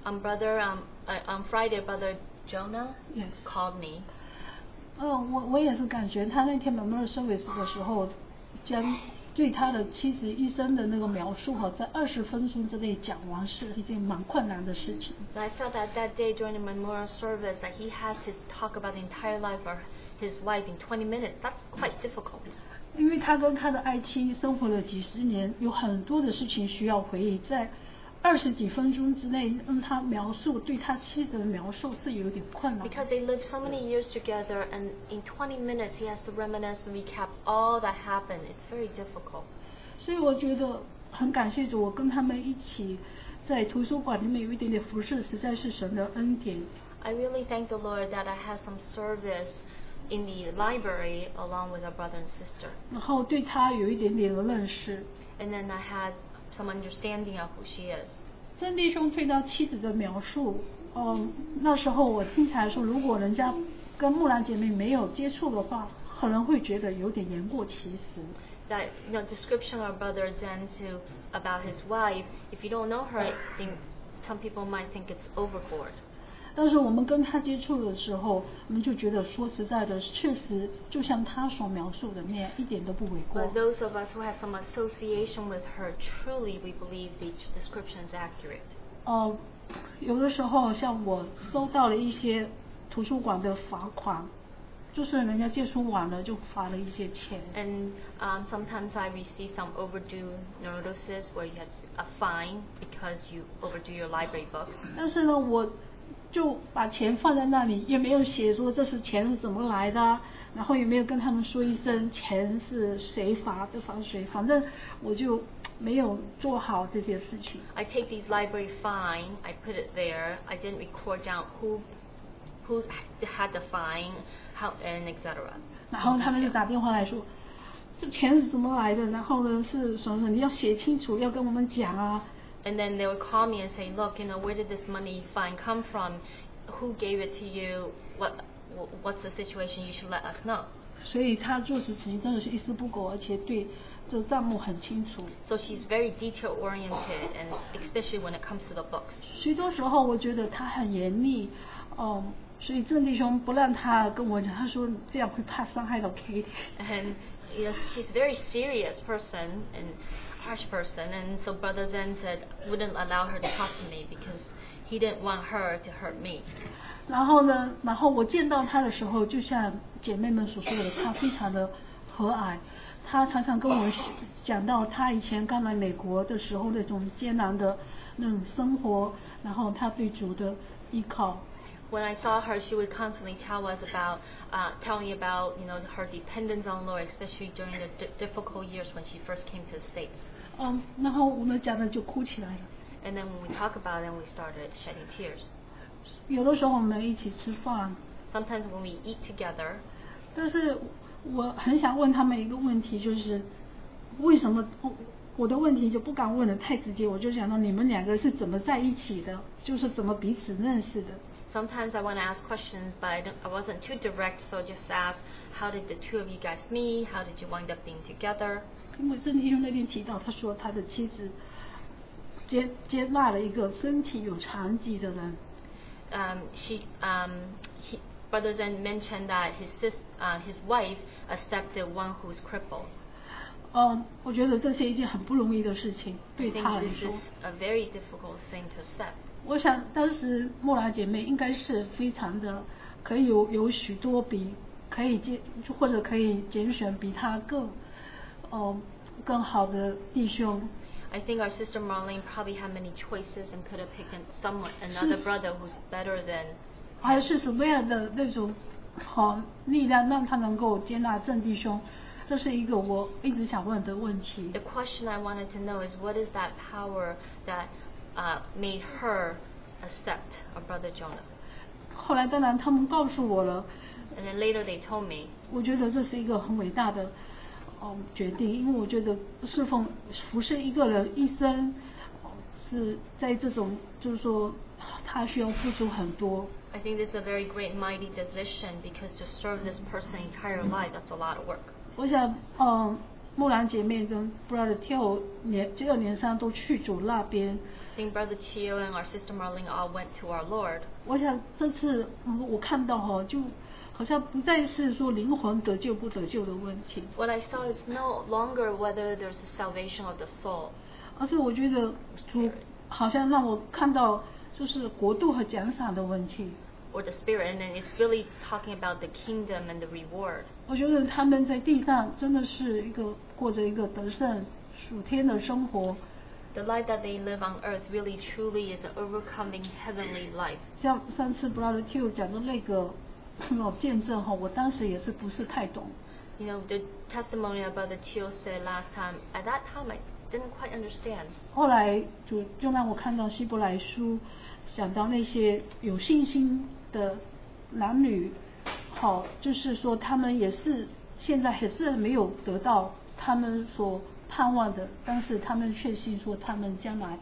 Um, brother, um, uh, on Friday, brother Jonah
Yes.
called me.
嗯、我我也是感觉他那天 memorial service 的时候，将对他的妻子一生的那个描述哈，在二十分钟之内讲完是一件蛮困难的事情。
And I felt that that day during the memorial service that he had to talk about the entire life of his wife in 20 minutes. That's quite difficult
因为他跟他的爱妻生活了几十年，有很多的事情需要回忆，在二十几分钟之内让他描述对他妻子的描述是有点困难的。
because they lived so many years together, and in 20 minutes he has to reminisce and recap all that happened. It's very difficult.
所以我觉得很感谢主，我跟他们一起在图书馆里面有一点点服侍，实在是神的恩典。
I really thank the Lord that I had some service in the library along with a brother and sister.
然后对他有一点点的认识。
And then I had some understanding of who she is.
真弟兄对他妻子的描述，嗯，那时候我听起来说，如果人家跟木兰姐妹没有接触的话，可能会觉得有点言过其实。
That you know, description of brother Zen to about his wife, if you don't know her, I think some people might think it's overboard.
但是我们跟他接触的时候，我们就觉得说实在的，确实就像他所描述的那样，一点都不为过
But。those of us who have some association with her, truly we believe the description is accurate.
呃，有的时候像我收到了一些图书馆的罚款，就是人家借书晚了就罚了一些钱。
And um, sometimes I receive some overdue notices where you have a fine because you overdo your library books.
但是呢，我就把钱放在那里，也没有写说这是钱是怎么来的啊，然后也没有跟他们说一声钱是谁罚的罚谁，反正我就没有做好这些事情。
I take these library fine, I put it there, I didn't record down who who had the fine, how and etc.
然后他们就打电话来说，这钱是怎么来的？然后呢是什么什么？你要写清楚，要跟我们讲啊。
And then they would call me and say, look, you know, where did this money fine come from? Who gave it to you? What wh- what's the situation? You should let us know.
所以他做事情真的是一丝不苟，而且对这账目很清楚。
So she's very detail oriented, and especially when it comes to the books.
许多时候我觉得他很严厉，嗯，所以郑弟兄不让他跟我讲，他说这样会怕伤害到 Kitty。
And you know, she's a very serious person and harsh person. And so Brother Zen said wouldn't allow her to talk to me because he didn't want her to hurt me.
然后呢，然后我见到他的时候，就像姐妹们所说的，他非常的和蔼。他常常跟我讲到他以前刚来美国的时候那种艰难的那种生活，然后他对主的依靠。
When I saw her, she would constantly tell us about, uh, tell me about, you know, her dependence on Lord, especially during the di- difficult years when she first came to the States.
嗯，然后我们讲的就哭起来了。
And then when we talk about it, we started shedding tears.
有的时候我们一起吃饭，
Sometimes when we eat together,
但是我很想问他们一个问题，就是为什么我我的问题就不敢问的太直接，我就想到你们两个是怎么在一起的，就是怎么彼此认识的。
Sometimes I want to ask questions, but I, don't, I wasn't too direct, so I just asked, how did the two of you guys meet? How did you wind up being together?
因为郑弟兄那天提到，他说他的妻子接接纳了一个身体有残疾的人，
Um, she, um, he, Brother Zen mentioned that his sis, uh, his wife accepted one who's crippled.
嗯，我觉得这是一件很不容易的事情，对
I
他
think
来
this
说
is。a very difficult thing to accept.
我想当时莫兰姐妹应该是非常的，可以有有许多比可以接，或者可以拣选比他更，呃，更好的弟兄。
I think our sister Marlene probably had many choices and could have picked someone, another brother who's better than
而是什么样的那种好力量让他能够接纳正弟兄？这是一个我一直想问的问题
The。question I wanted to know is what is that power that uh, made her accept our brother Jonah?
后来当然他们告诉我了，
And then later they told me
我觉得这是一个很伟大的嗯决定，因为我觉得侍奉服侍一个人一生、哦是在这种就是说他需要付出很多。
I think this is a very great, mighty decision because to serve this person entire life, that's a lot of work.
我想，嗯，木兰姐妹跟 Brother Teo 年接二连三都去主那边。
I think Brother Chio and our sister Marlene all went to our Lord.
我想这次嗯我看到哈、就好像不再是说灵魂得救不得救的问题，
What I saw is no longer whether there's a salvation of the soul.
而是我觉得主好像让我看到就是国度和奖赏的问题。
or the spirit, and then it's really talking about the kingdom and the reward.
我觉得他们在地上真的是一个过着一个得胜属天的生活，
The life that they live on earth really truly is an overcoming heavenly life.
像上次 Brother Q 讲的那个 (coughs) 哦见证哈、我当时也是不是太懂。
You know, the testimony about the Chio said last time, at that time I didn't quite understand.
后来就就让我看到希伯来书，讲到那些有信心的男女，好，就是说他们也是现在还是没有得到他们所盼望的，但是他们确信说他们将来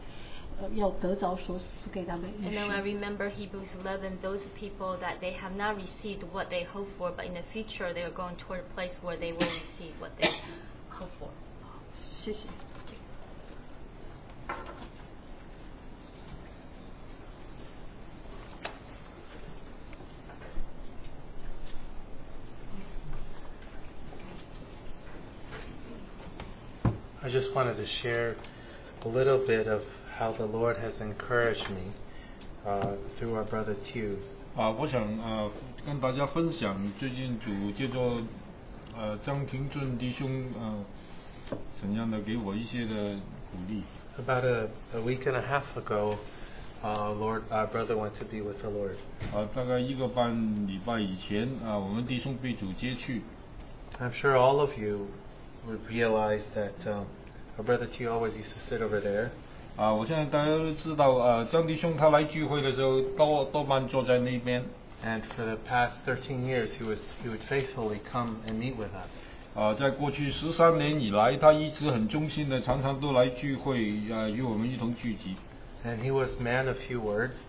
呃要得着所赐给他们的
And
应
then I
许。
remember Hebrews 11, those people that they have not received what they hope for, but in the future they are going toward a place where they will receive what they hope for.
谢谢。
I just wanted to share a little bit of how the Lord has encouraged me uh, through our brother Tew.
啊，我想
uh,
呃跟大家分享最近主借助呃张廷俊弟兄呃怎样的给我一些的鼓励。
About a, a week and a half ago, uh, Lord, our brother went to be with the Lord,
啊，大概一个半礼拜以前啊，我们弟兄被主接去，
I'm sure all of you would realize that um, our brother T always used to sit over there,
啊，我现在大家都知道，呃，张弟兄他来聚会的时候，多多半坐在那边。
and for the past 13 years, he was he would faithfully come and meet with us.
啊，在过去十三年以来，他一直很忠心的，常常都来聚会，啊，与我们一同聚集。
And he was man of few words.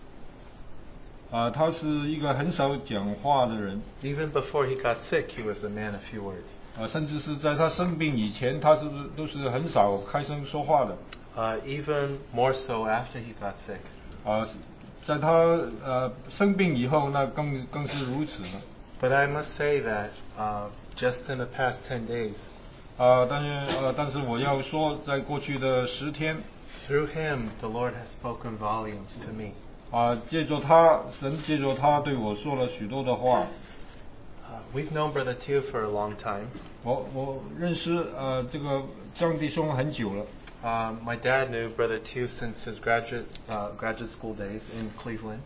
啊，他是一个很少讲话的人，
Even before he got sick, he was a man of few words.
啊，甚至是在他生病以前，他是都是很少开声说话的。
Uh, even more so after he got sick.
啊，在他呃生病以后，那更更是如此了。
But I must say that uh, just in the past 10 days,
啊，但是呃，但是我要说，在过去的十天，
through him, the Lord has spoken volumes to me.
啊，借着他，神借着他对我说了许多的话。
Uh, we've known Brother Teo for a long time.
我我认识呃这个张弟兄很久了，
Uh, my dad knew Brother Teo since his graduate uh, graduate school days in Cleveland.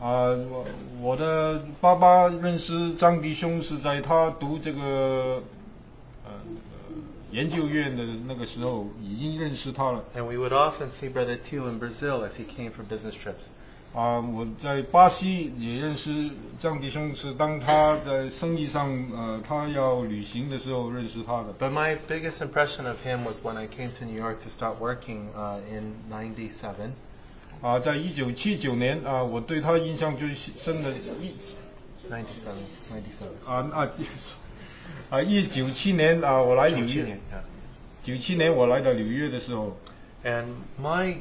啊、我我的爸爸认识张弟兄是在他读这个呃呃研究院的那个时候已经认识他了。
And we would often see Brother Teo in Brazil as he came for business trips.
啊、我在巴西也认识张弟兄，是当他在生意上呃他要旅行的时候认识他的。
But my biggest impression of him was when I came to New York to start working uh, in 97.
啊、在一九七九年啊、我对他印象最深的一
97. 97.
啊啊啊！一九七年啊，我来纽约
Junior,。yeah.
九七年我来到纽约的时候，
And my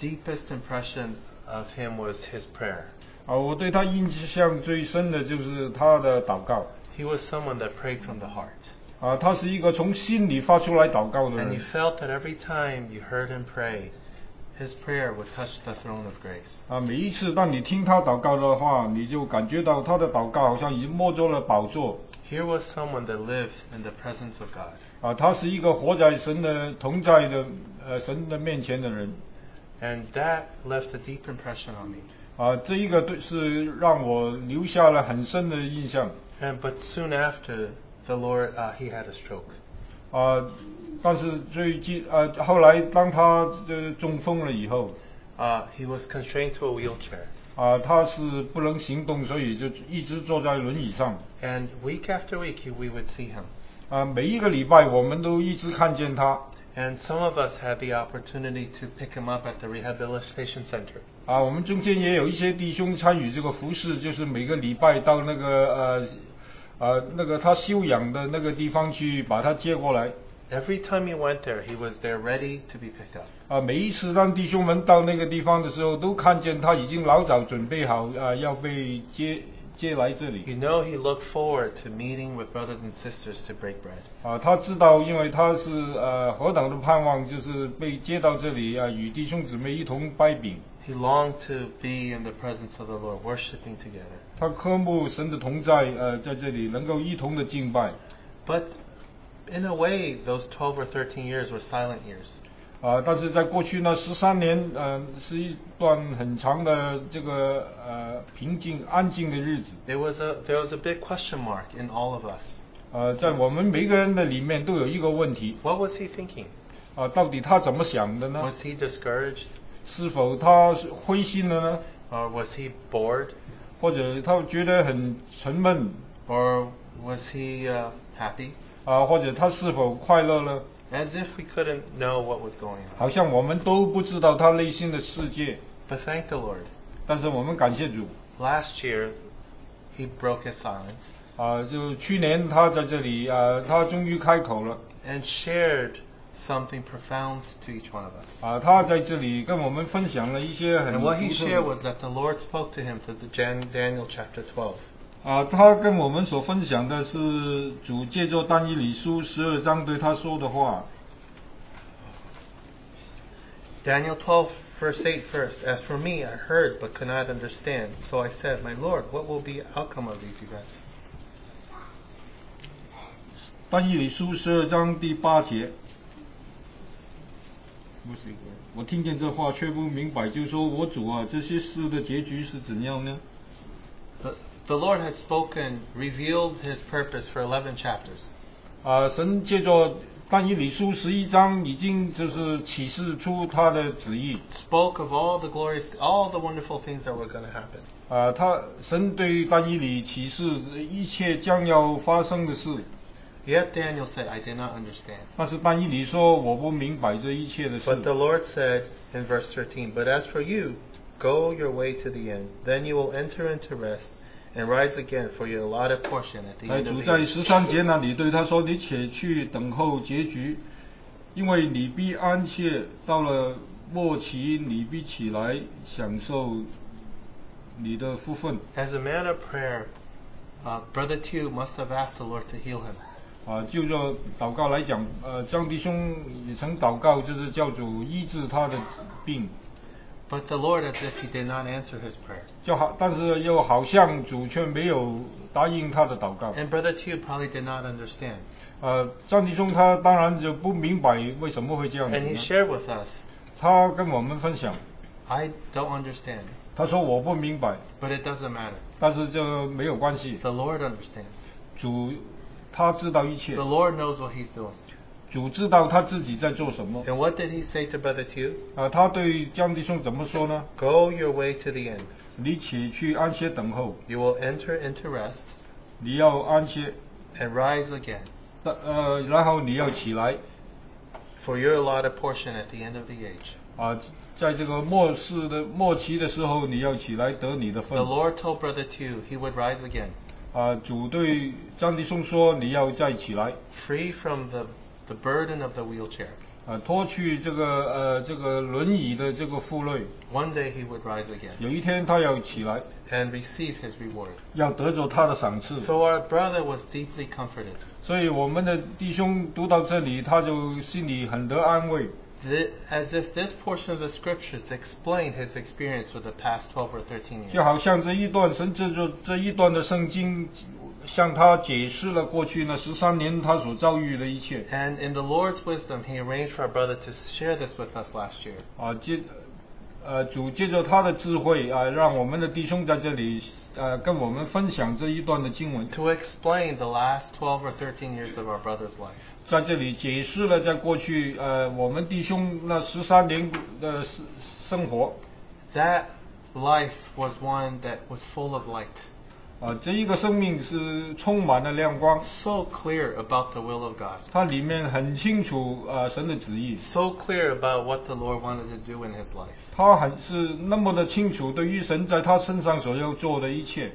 deepest impression of him was his prayer.
啊，我对他印象最深的就是他的祷告。
He was someone that prayed from the heart.
啊，他是一个从心里发出来祷告的
And
人
you。felt that every time you heard him pray, his prayer would touch the throne of grace.
啊，每一次当你听他祷告的话，你就感觉到他的祷告好像已经摸着了宝座。
Here was someone that lived in the presence of God.
啊，他是一个活在神的同在的呃神的面前的人
And that left a deep impression on me.
啊，这一个对是让我留下了很深的印象
And but soon after, the Lord uh, he had a stroke.
啊。但是最近呃，后来当他呃中风了以后
Uh, he was constrained to a wheelchair.
啊，他是不能行动，所以就一直坐在轮椅上
And week after week, he- we would see him.
啊。每一个礼拜我们都一直看见他
And some of us had the opportunity to pick him up at the rehabilitation center.
啊，我们中间也有一些弟兄参与这个服饰，就是每个礼拜到那个呃呃那个他休养的那个地方去把他接过来
Every time he went there, he was there ready to be picked up.
啊。每一次当弟兄们到那个地方的时候，都看见他已经老早准备好啊，要被接接来这
You
里
know, he looked forward to meeting with brothers and sisters to break bread.
啊。他知道，因为他是呃何等的盼望，就是被接到这里啊，与弟兄姊妹一同掰饼。
He longed to be in the presence of the Lord, worshiping together.
他科目神的同在，呃，在这里能够一同的敬拜，
But in a way, those 12 or 13 years were silent years.
啊、但是在过去呢，十三年，呃，是一段很长的这个呃平静安静的日子，
There was a there was a big question mark in all of us.
呃，在我们每个人的里面都有一个问题，
What was he thinking?
啊、到底他怎么想的呢？
Was he discouraged,
是否他是灰心了呢？
or was he bored,
或者他觉得很沉闷，
or was he uh, happy?
啊、Uh, 或者他是否快乐呢？
As if we couldn't know what was going on.
好像我们都不知道他内心的世界，
But thank the Lord.
但是我们感谢主，
Last year, he broke his silence
啊、就去年他在这里，啊、他终于开口了。
and shared something profound to each one of us.
啊，他在这里跟我们分享了一些很
And what he
独特的
shared was that the Lord spoke to him through the Jan- Daniel chapter 12.
啊，他跟我们所分享的是主借着单一理书十二章对他说的话。
Daniel 12, verse 8 first. As for me, I heard but could not understand. So I said, My Lord, what will be the outcome of these events?
单一理书十二章第八节，不是我听见这话却不明白，就说我主啊，这些事的结局是怎样呢？
The, the Lord had spoken, revealed his purpose for 11 chapters.
啊，神借着单一理书十一章已经就是启示出他的旨意。
Spoke of all the glorious, all the wonderful things that were going to happen.
啊，他神对单一理启示一切将要发生的事。
Yet Daniel said, I did not understand.
但是但以理说我不明白这一切的
But the
事。
Lord said in verse 13, But as for you, go your way to the end. Then you will enter into rest and rise again for your allotted portion at the
哎，
end of the
主在
age.
十三节那里对他说：“你且去等候结局，因为你必安歇，到了末期，你必起来享受你的福分。
As a man of prayer, uh, Brother Tew must have asked the Lord to heal him. ”
啊，就着祷告来讲，呃，张弟兄也曾祷告，就是教主医治他的病，
But the Lord, as if he did not answer his prayer.
就好，但是又好像主却没有答应他的祷告。
And Brother Tew probably did not understand.
呃，张弟兄他当然就不明白为什么会这样子
And
呢
he shared with us,
他跟我们分享，
I don't understand,
他说我不明白，
but it doesn't matter.
但是这没有关系，
The Lord understands.
主他知道一切
The，Lord knows what he's doing.
主知道他自己在做什么。
And what did he say to Brother Tew?
啊、他对江弟兄怎么说呢？
Go your way to the end.
你且去安歇等候，
You will enter into rest
你要安歇，
and rise again
但呃，然后你要起来，
for your allotted portion at the end of the age.
啊、在这个末世的末期的时候，你要起来得你的份
The。Lord told Brother Tew he would rise again,
啊、主对张弟兄说，你要再起来，
free from the, the burden of the wheelchair.
啊、脱去这个呃这个轮椅的这个负累，
One day he would rise again
有一天他要起来，
and receive his reward.
要得着他的赏赐。
So our brother was deeply comforted.
所以我们的弟兄读到这里，他就心里很得安慰，
Th- As if this portion of the scriptures explained his 嗯 experience with the past 12 or 13 years.
就好像这一段神这就这一段的圣经向他解释了过去那十三年他所遭遇的一切
And in the Lord's wisdom, He arranged for our brother to share this with us last year.
啊，借呃主借着他的智慧啊，让我们的弟兄在这里呃跟我们分享这一段的经文，
To explain the last 12 or 13 years of our brother's life.
在这里解释了在过去呃我们弟兄那十三年的生生活
That life was one that was full of light,
啊，这一个生命是充满了亮光，
so clear about the will of God,
它里面很清楚啊、呃神的旨意，
so clear about what the Lord wanted to do in his life.
他很是那么的清楚对于神在他身上所要做的一切。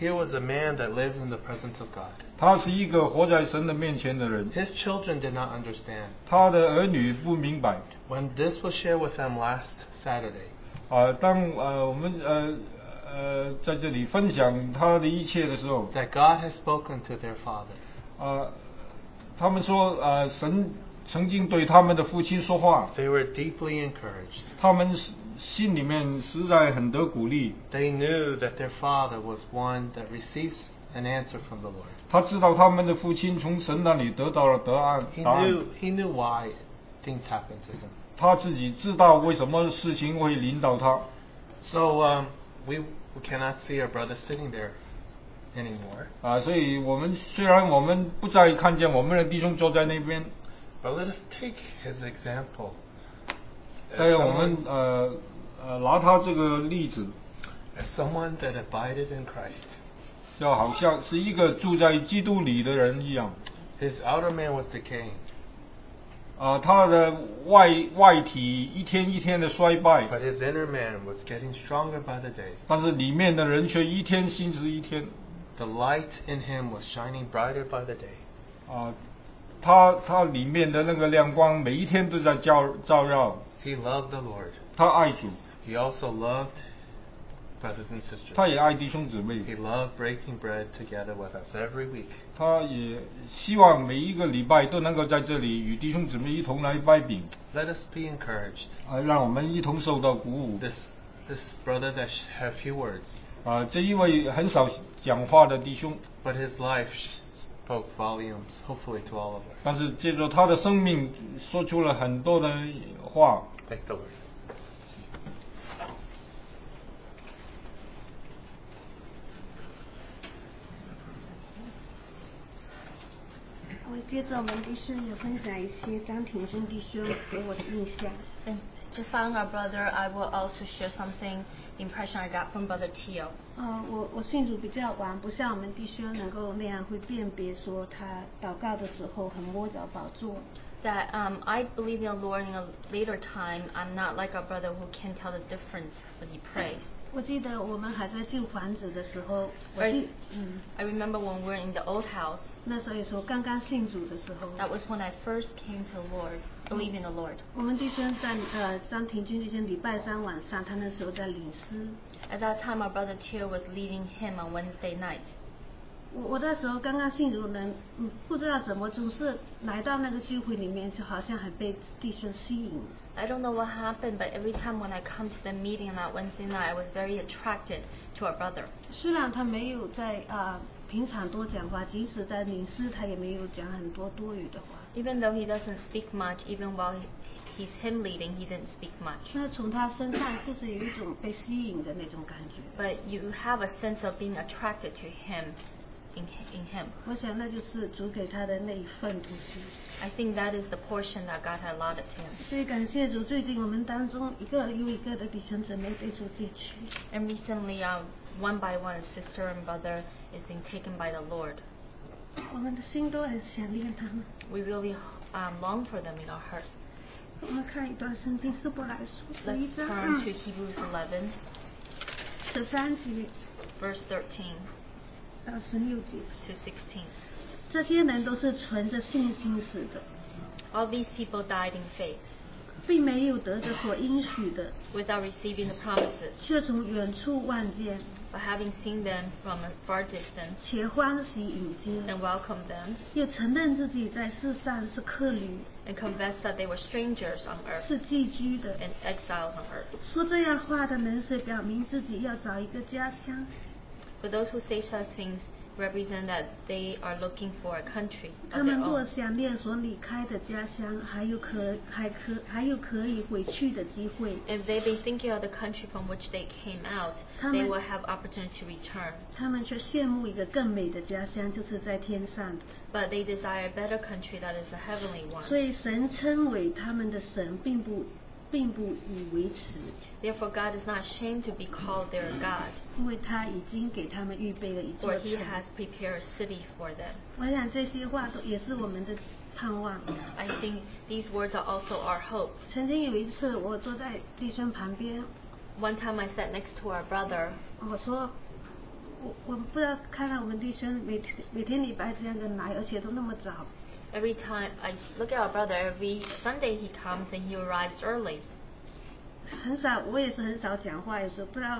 Here was a man that lived in the presence of God.
他是一个活在神的面前的人，
His children did not understand.
他的儿女不明白
When this was shared with them last Saturday,
啊、当呃我们呃呃在这里分享他的一切的时候，
that God has spoken to their father.
啊、他们说呃神曾经对他们的父亲说话，
They were deeply encouraged.
他们心里面实在很得鼓励。
They knew that their father was one that receives an answer from the Lord.
他知道他们的父亲从神那里得到了答案，
He
答案
knew he knew why things happened to him.
他自己知道为什么事情会领导他。
So um, we, we cannot see our brother sitting there anymore.
啊，所以我们虽然我们不再看见我们的弟兄坐在那边，
But let us take his example.
但
As
是我们
someone,
呃呃拿他这个例子，
as someone that abided in Christ.
就好像是一个住在基督里的人一样。
His outer man was decaying,
啊，他的外外体一天一天的衰败，
but his inner man was getting stronger by the day.
但是里面的人却一天新值一天。
The light in him was shining brighter by the day.
啊，他他里面的那个亮光每一天都在照照耀。
He loved the Lord.
他爱主，
He also loved brothers and sisters.
他也爱弟兄姊妹，
He loved breaking bread together with us every week.
他也希望每一个礼拜都能够在这里与弟兄姊妹一同来掰饼。
Let us be encouraged.
啊，让我们一同受到鼓舞。
This this brother that sh- had few words,
啊，这一位很少讲话的弟兄，
but his life sh- spoke volumes, hopefully to all of us.
但是借着他的生命说出了很多的话。
Thank the Lord.
我接着我们弟兄也分享一些张庭生弟兄给我的印象。
And just following our brother, I will also share something impression I got from Brother Tio.
呃，我我信主比较晚，不像我们弟兄能够那样会辨别说他祷告的时候很摸着宝座。
That um, I believe in the Lord in a later time. I'm not like our brother who can tell the difference when he prays.
我记得我们还在旧房子的时候，我
Right.
弟嗯，
I remember when we were in the old house.
那时候也说刚刚信主的时候，
That was when I first came to the Lord, believe in the Lord.
我们弟兄在呃张庭军弟兄礼拜三晚上，他那时候在领诗。
At that time, our brother Tio was leading him on Wednesday night.
我我那时候刚刚信主人，嗯，不知道怎么总是来到那个聚会里面，就好像很被弟兄吸引。
I don't know what happened, but every time when I come to the meeting on that Wednesday night, I was very attracted to our brother.
虽然他没有在啊、平常多讲话，即使在领事，他也没有讲很多多余的话。
Even though he doesn't speak much, even while he, he's him leading, he didn't speak much.
那从他身上就是有一种被吸引的那种感觉。
But you have a sense of being attracted to him, in, in him.
我想那就是主给他的那一份东西。
I think that is the portion that God had allotted to him.
所以感谢主，最近我们当中一个又一个的弟兄姊妹被主解去。
And recently, um, one by one, sister and brother is being taken by the Lord.
我们的心都很想念他们。
We really um, long for them in our heart.
我们看一段圣经，《希伯来书》十一
Let's
章嗯
turn to Hebrews 11,
十三节
verse 13
到十六节。
to 16.
这些人都是存着信心死的，
All these people died in faith,
并没有得着所应许的，
without receiving the promises,
却从远处望见，
but having seen them from a far distance,
且欢喜迎接，
and welcomed them,
又承认自己在世上是客旅，
and confessed that they were strangers on earth
是寄居的。
and exiles on earth.
说这样话的人，是表明自己要找一个家乡，
For those who say such things represent that they are looking for a country
他
of their
们若
own.
想念所离开的家乡，还有可还可还有可以回去的机会。
If they've been thinking of the country from which they came out, they
他们-
will have opportunity to return.
他们却羡慕一个更美的家乡，就是在天上。
But they desire a better country that is the heavenly one.
所以神称为他们的神，并不并不以为耻，
Therefore, God is not ashamed to be called their God,
因为他已经给他们预备了一座
for
城
He。has prepared a city for them.
我想这些话都也是我们的盼望。
I think these words are also our hope.
曾经有一次，我坐在弟兄旁边，
One time I sat next to our brother,
我说，我我不知道看到我们弟兄每天每天礼拜这样的来，而且都那么早，
Every time I look at our brother, every Sunday he comes and he arrives early.
很少，我也是很少讲话，有时候不知道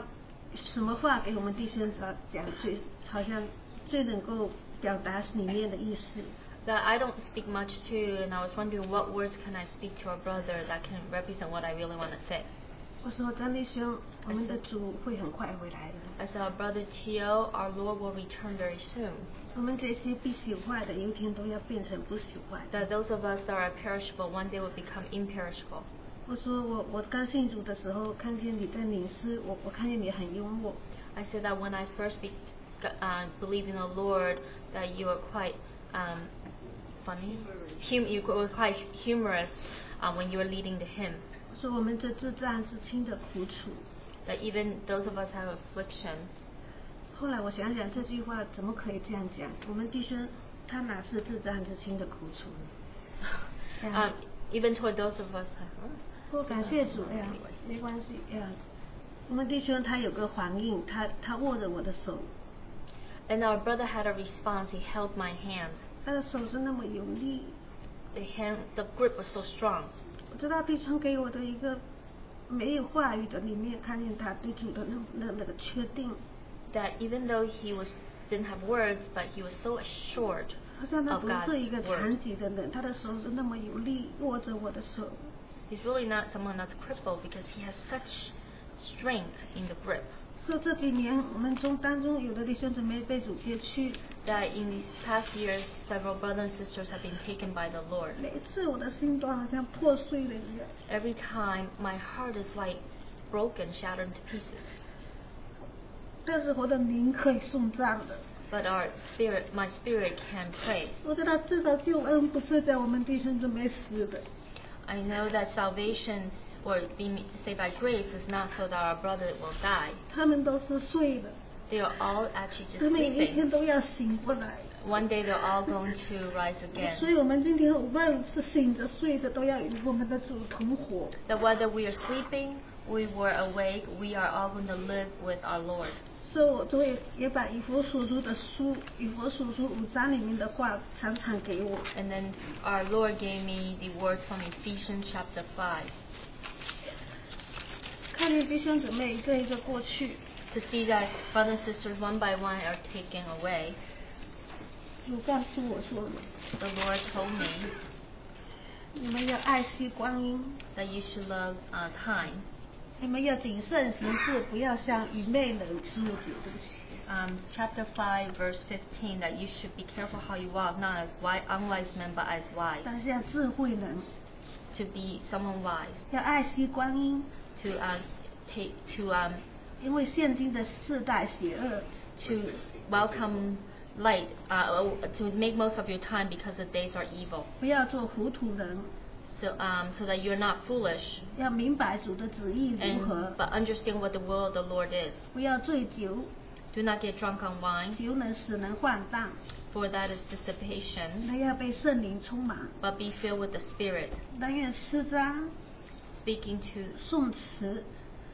什么话给我们弟兄讲讲最好像最能够表达里面的意思。
That I don't speak much to, and I was wondering what words can I speak to our brother that can represent what I really want to say.
我说张弟兄，我们的主会很快回来的，
I said, our brother Chio, our Lord will return very soon.
我们这些必朽坏的，有一天都要变成不朽坏的。
That those of us that are perishable one day will become imperishable.
我说我我刚信主的时候，看见你在领诗，我我看见你很幽默，
I said that when I first be, uh, believed in the Lord, that you were quite um, funny, hum- you were quite humorous uh, when you were leading the hymn.
我说我们这自战自清的苦楚。
that even those of us have affliction.
后来我想想这句话怎么可以这样讲？我们弟兄他哪是自战自清的苦楚呢？哎呀
(laughs) Um, even toward those of us. Huh?
不过感谢主，哎呀，没关系，哎呀，我们弟兄他有个反应，他他握着我的手，
And our brother had a response. He held my hand.
他的手是那么有力，
The hand, the grip was so strong.
我知道弟兄给我的一个没有话语的里面，看见他对主的那那那个确定，
That even though he was didn't have words, but he was so assured
好像他
of
不是一个
God's
残
word.
疾的人，他的手是那么有力握着我的手，
He's really not someone that's crippled because he has such strength in the grip.
说这几年我们中当中有的弟兄姊妹被主接去，
That in these past years, several brothers and sisters have been taken by the Lord.
每一次我的心都好像破碎了一样，
Every time, my heart is like broken, shattered into pieces.
但是我的灵可以送葬的。
But our spirit, my spirit can praise.
我知道这个救恩不是在我们弟兄姊妹死的，
I know that salvation or being saved by grace is not so that our brother will die.
他们都是睡的，
They are all actually just
他们有一天
sleeping.
都要醒过来。
One day they're all going to rise
所以
again.
我们今天无论是醒着睡着，都要与我们的主同活。
That whether we are sleeping, we were awake, we are all going to live with our Lord.
所以我主也也把以佛所书的书，以佛所书五章里面的话常常给我。
And then our Lord gave me the words from Ephesians chapter 5
看见弟兄姊妹一个一个过去，
to see that brothers and sisters one by one are taken away.
主告诉我说，
The Lord told me
你们要爱惜光阴，
that you should love uh, time.
你们要谨慎行事，不要像愚昧人。十五节，对不起。
um, chapter 5, verse 15, that you should be careful how you walk, not as wise, unwise men, but as wise,
但是要智慧人，
to be someone wise,
要爱惜光阴，
to um, take, to um,
因为现今的世代邪恶，
to welcome light, uh, to make most of your time because the days are evil,
不要做糊涂人，
so um, so that you're not foolish
要明白主的旨意如
and
何，
but understand what the will of the Lord is.
不要醉酒，
Do not get drunk on wine,
酒能使人放荡，
for that is dissipation,
人要被圣灵充满，
but be filled with the Spirit,
但愿诗章、
speaking to
颂词、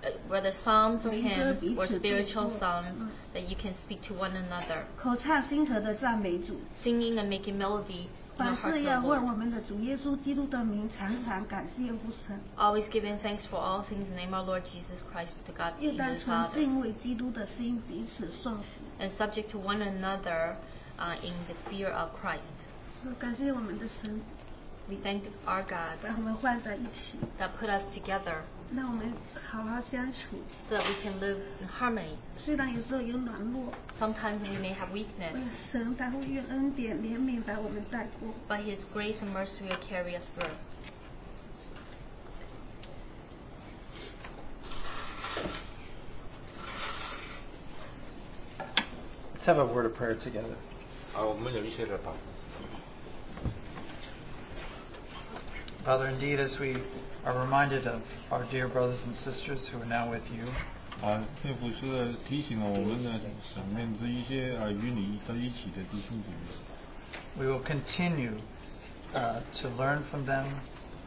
uh, whether psalms or
Maybe
hymns
each
or
of these
spiritual
will-
psalms
mm.
that you can speak to one another,
口唱心和的赞美主，
singing and making melody in your
凡
heart to
事
the
要问我
Lord.
们的主耶稣基督的名，常常感谢父神，
Always giving thanks for all things in the name of our Lord Jesus Christ to God
又
in
当
His
存
Father,
敬畏基督的心彼此顺服。
and subject to one another uh, in the fear of Christ.
是感谢我们的神，
We thank our God
把我们放在一起。
that put us together
让我们好好相处。
so that we can live in harmony.
虽然有时候有软弱，
Sometimes we may have weakness,
神他会用恩典、怜悯把我们带过。
but His grace and mercy will carry us through.
Let's have a word of prayer together.
啊，我们有一些的祷
Father, indeed, as we are reminded of our dear brothers and sisters who are now with you,
啊，这不是提醒了
嗯
我们的想念这一些啊与你在一起的弟兄姊妹，
we will continue uh, to learn from them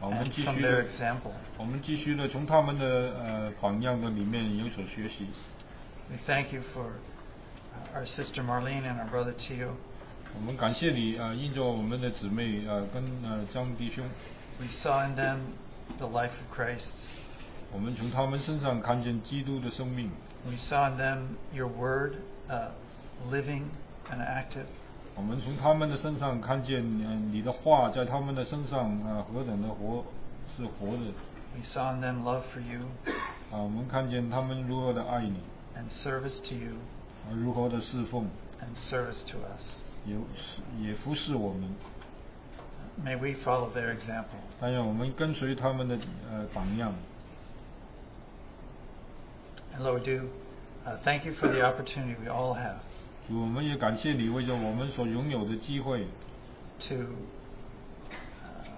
啊，我们
and
继
哎 from
续
their
的
example.
我们继续的从他们的呃榜样的里面有所学习。
We thank you for uh, our sister Marlene and our brother Tio.
我们感谢你啊、呃，应着我们的姊妹啊、呃跟呃张弟兄，
We saw in them the life of Christ.
我们从他们身上看见基督的生命，
We saw in them your word uh, living and active.
我们从他们的身上看见呃你的话在他们的身上啊、呃何等的活是活的
We saw in them love for you
啊、我们看见他们如何的爱你，
and service to you
啊、如何的侍奉，
and service to us.
也也服侍我们。
May we follow their example.
但愿我们跟随他们的呃榜样。
And Lord, we do uh, thank you for the opportunity we all have
主，我们也感谢你为着我们所拥有的机会，
to uh,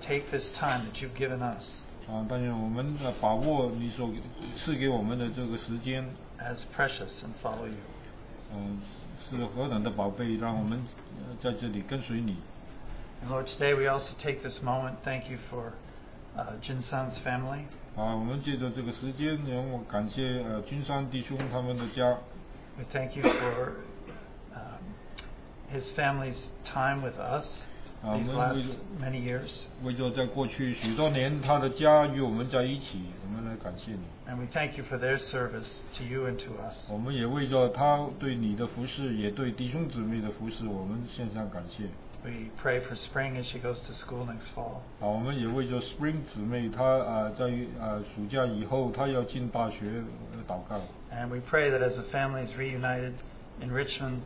take this time that you've given us
啊，但愿我们呃把握你所赐给我们的这个时间，
as precious and follow you.
嗯、是何等的宝贝，让我们呃在这里跟随你。
And Lord, today we also take this moment. Thank you for uh, Jinsan's family.
啊，我们借着这个时间，让我感谢呃君山弟兄他们的家，
We thank you for um, his family's time with us
Ah,
these
men
last
we-
many years.
为着在过去许多年他的家与我们在一起，我们来感谢你。
And we thank you for their service to you and to us.
我们也为着他对你的服侍，也对弟兄姊妹的服侍，我们献上感谢。
We pray for spring as she goes to school next fall.
啊，我们也为着 Spring 姊妹，她啊、呃在啊、呃暑假以后，她要进大学、呃、祷告。
And we pray that as the family is reunited in Richmond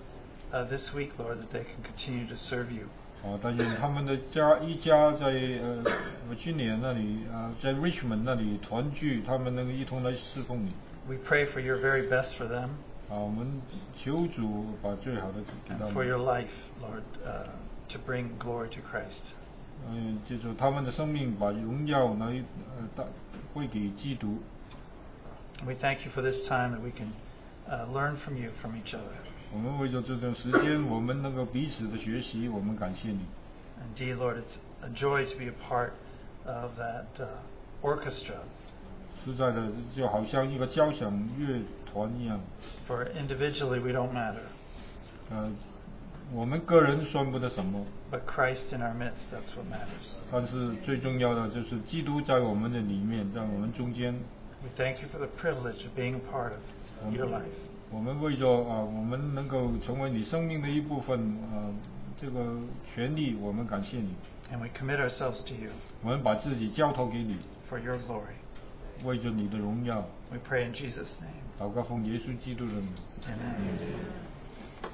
uh, this week, Lord, that they can continue to serve you.
啊，但愿他们的家一家在呃 Virginia 那里啊、在 Richmond 那里团聚，他们能够一同来侍奉你。
We pray for your very best for them
啊，我们求主把最好的给他
and
们。
for your life, Lord, uh, to bring glory to Christ.
嗯，借着他们的生命，把荣耀来呃带会给基督。
And we thank you for this time that we can uh, learn from you, from each other.
我们为着这段时间，我们能够彼此的学习，我们感谢你。
Indeed, Lord, it's a joy to be a part of that uh, orchestra
实在的，就好像一个交响乐团一样。
for individually we don't matter,
呃，我们个人算不得什么，
but Christ in our midst, that's what matters.
但是最重要的就是基督在我们的里面，在我们中间。
We thank you for the privilege of being a part of your life.
我们为着啊、我们能够成为你生命的一部分，呃，这个权利，我们感谢你。
And we commit ourselves to you
我们把自己交托给你，
for your glory.
为着你的荣耀，
We pray in Jesus' name.
祷告奉耶稣基督的名。
Amen.
告。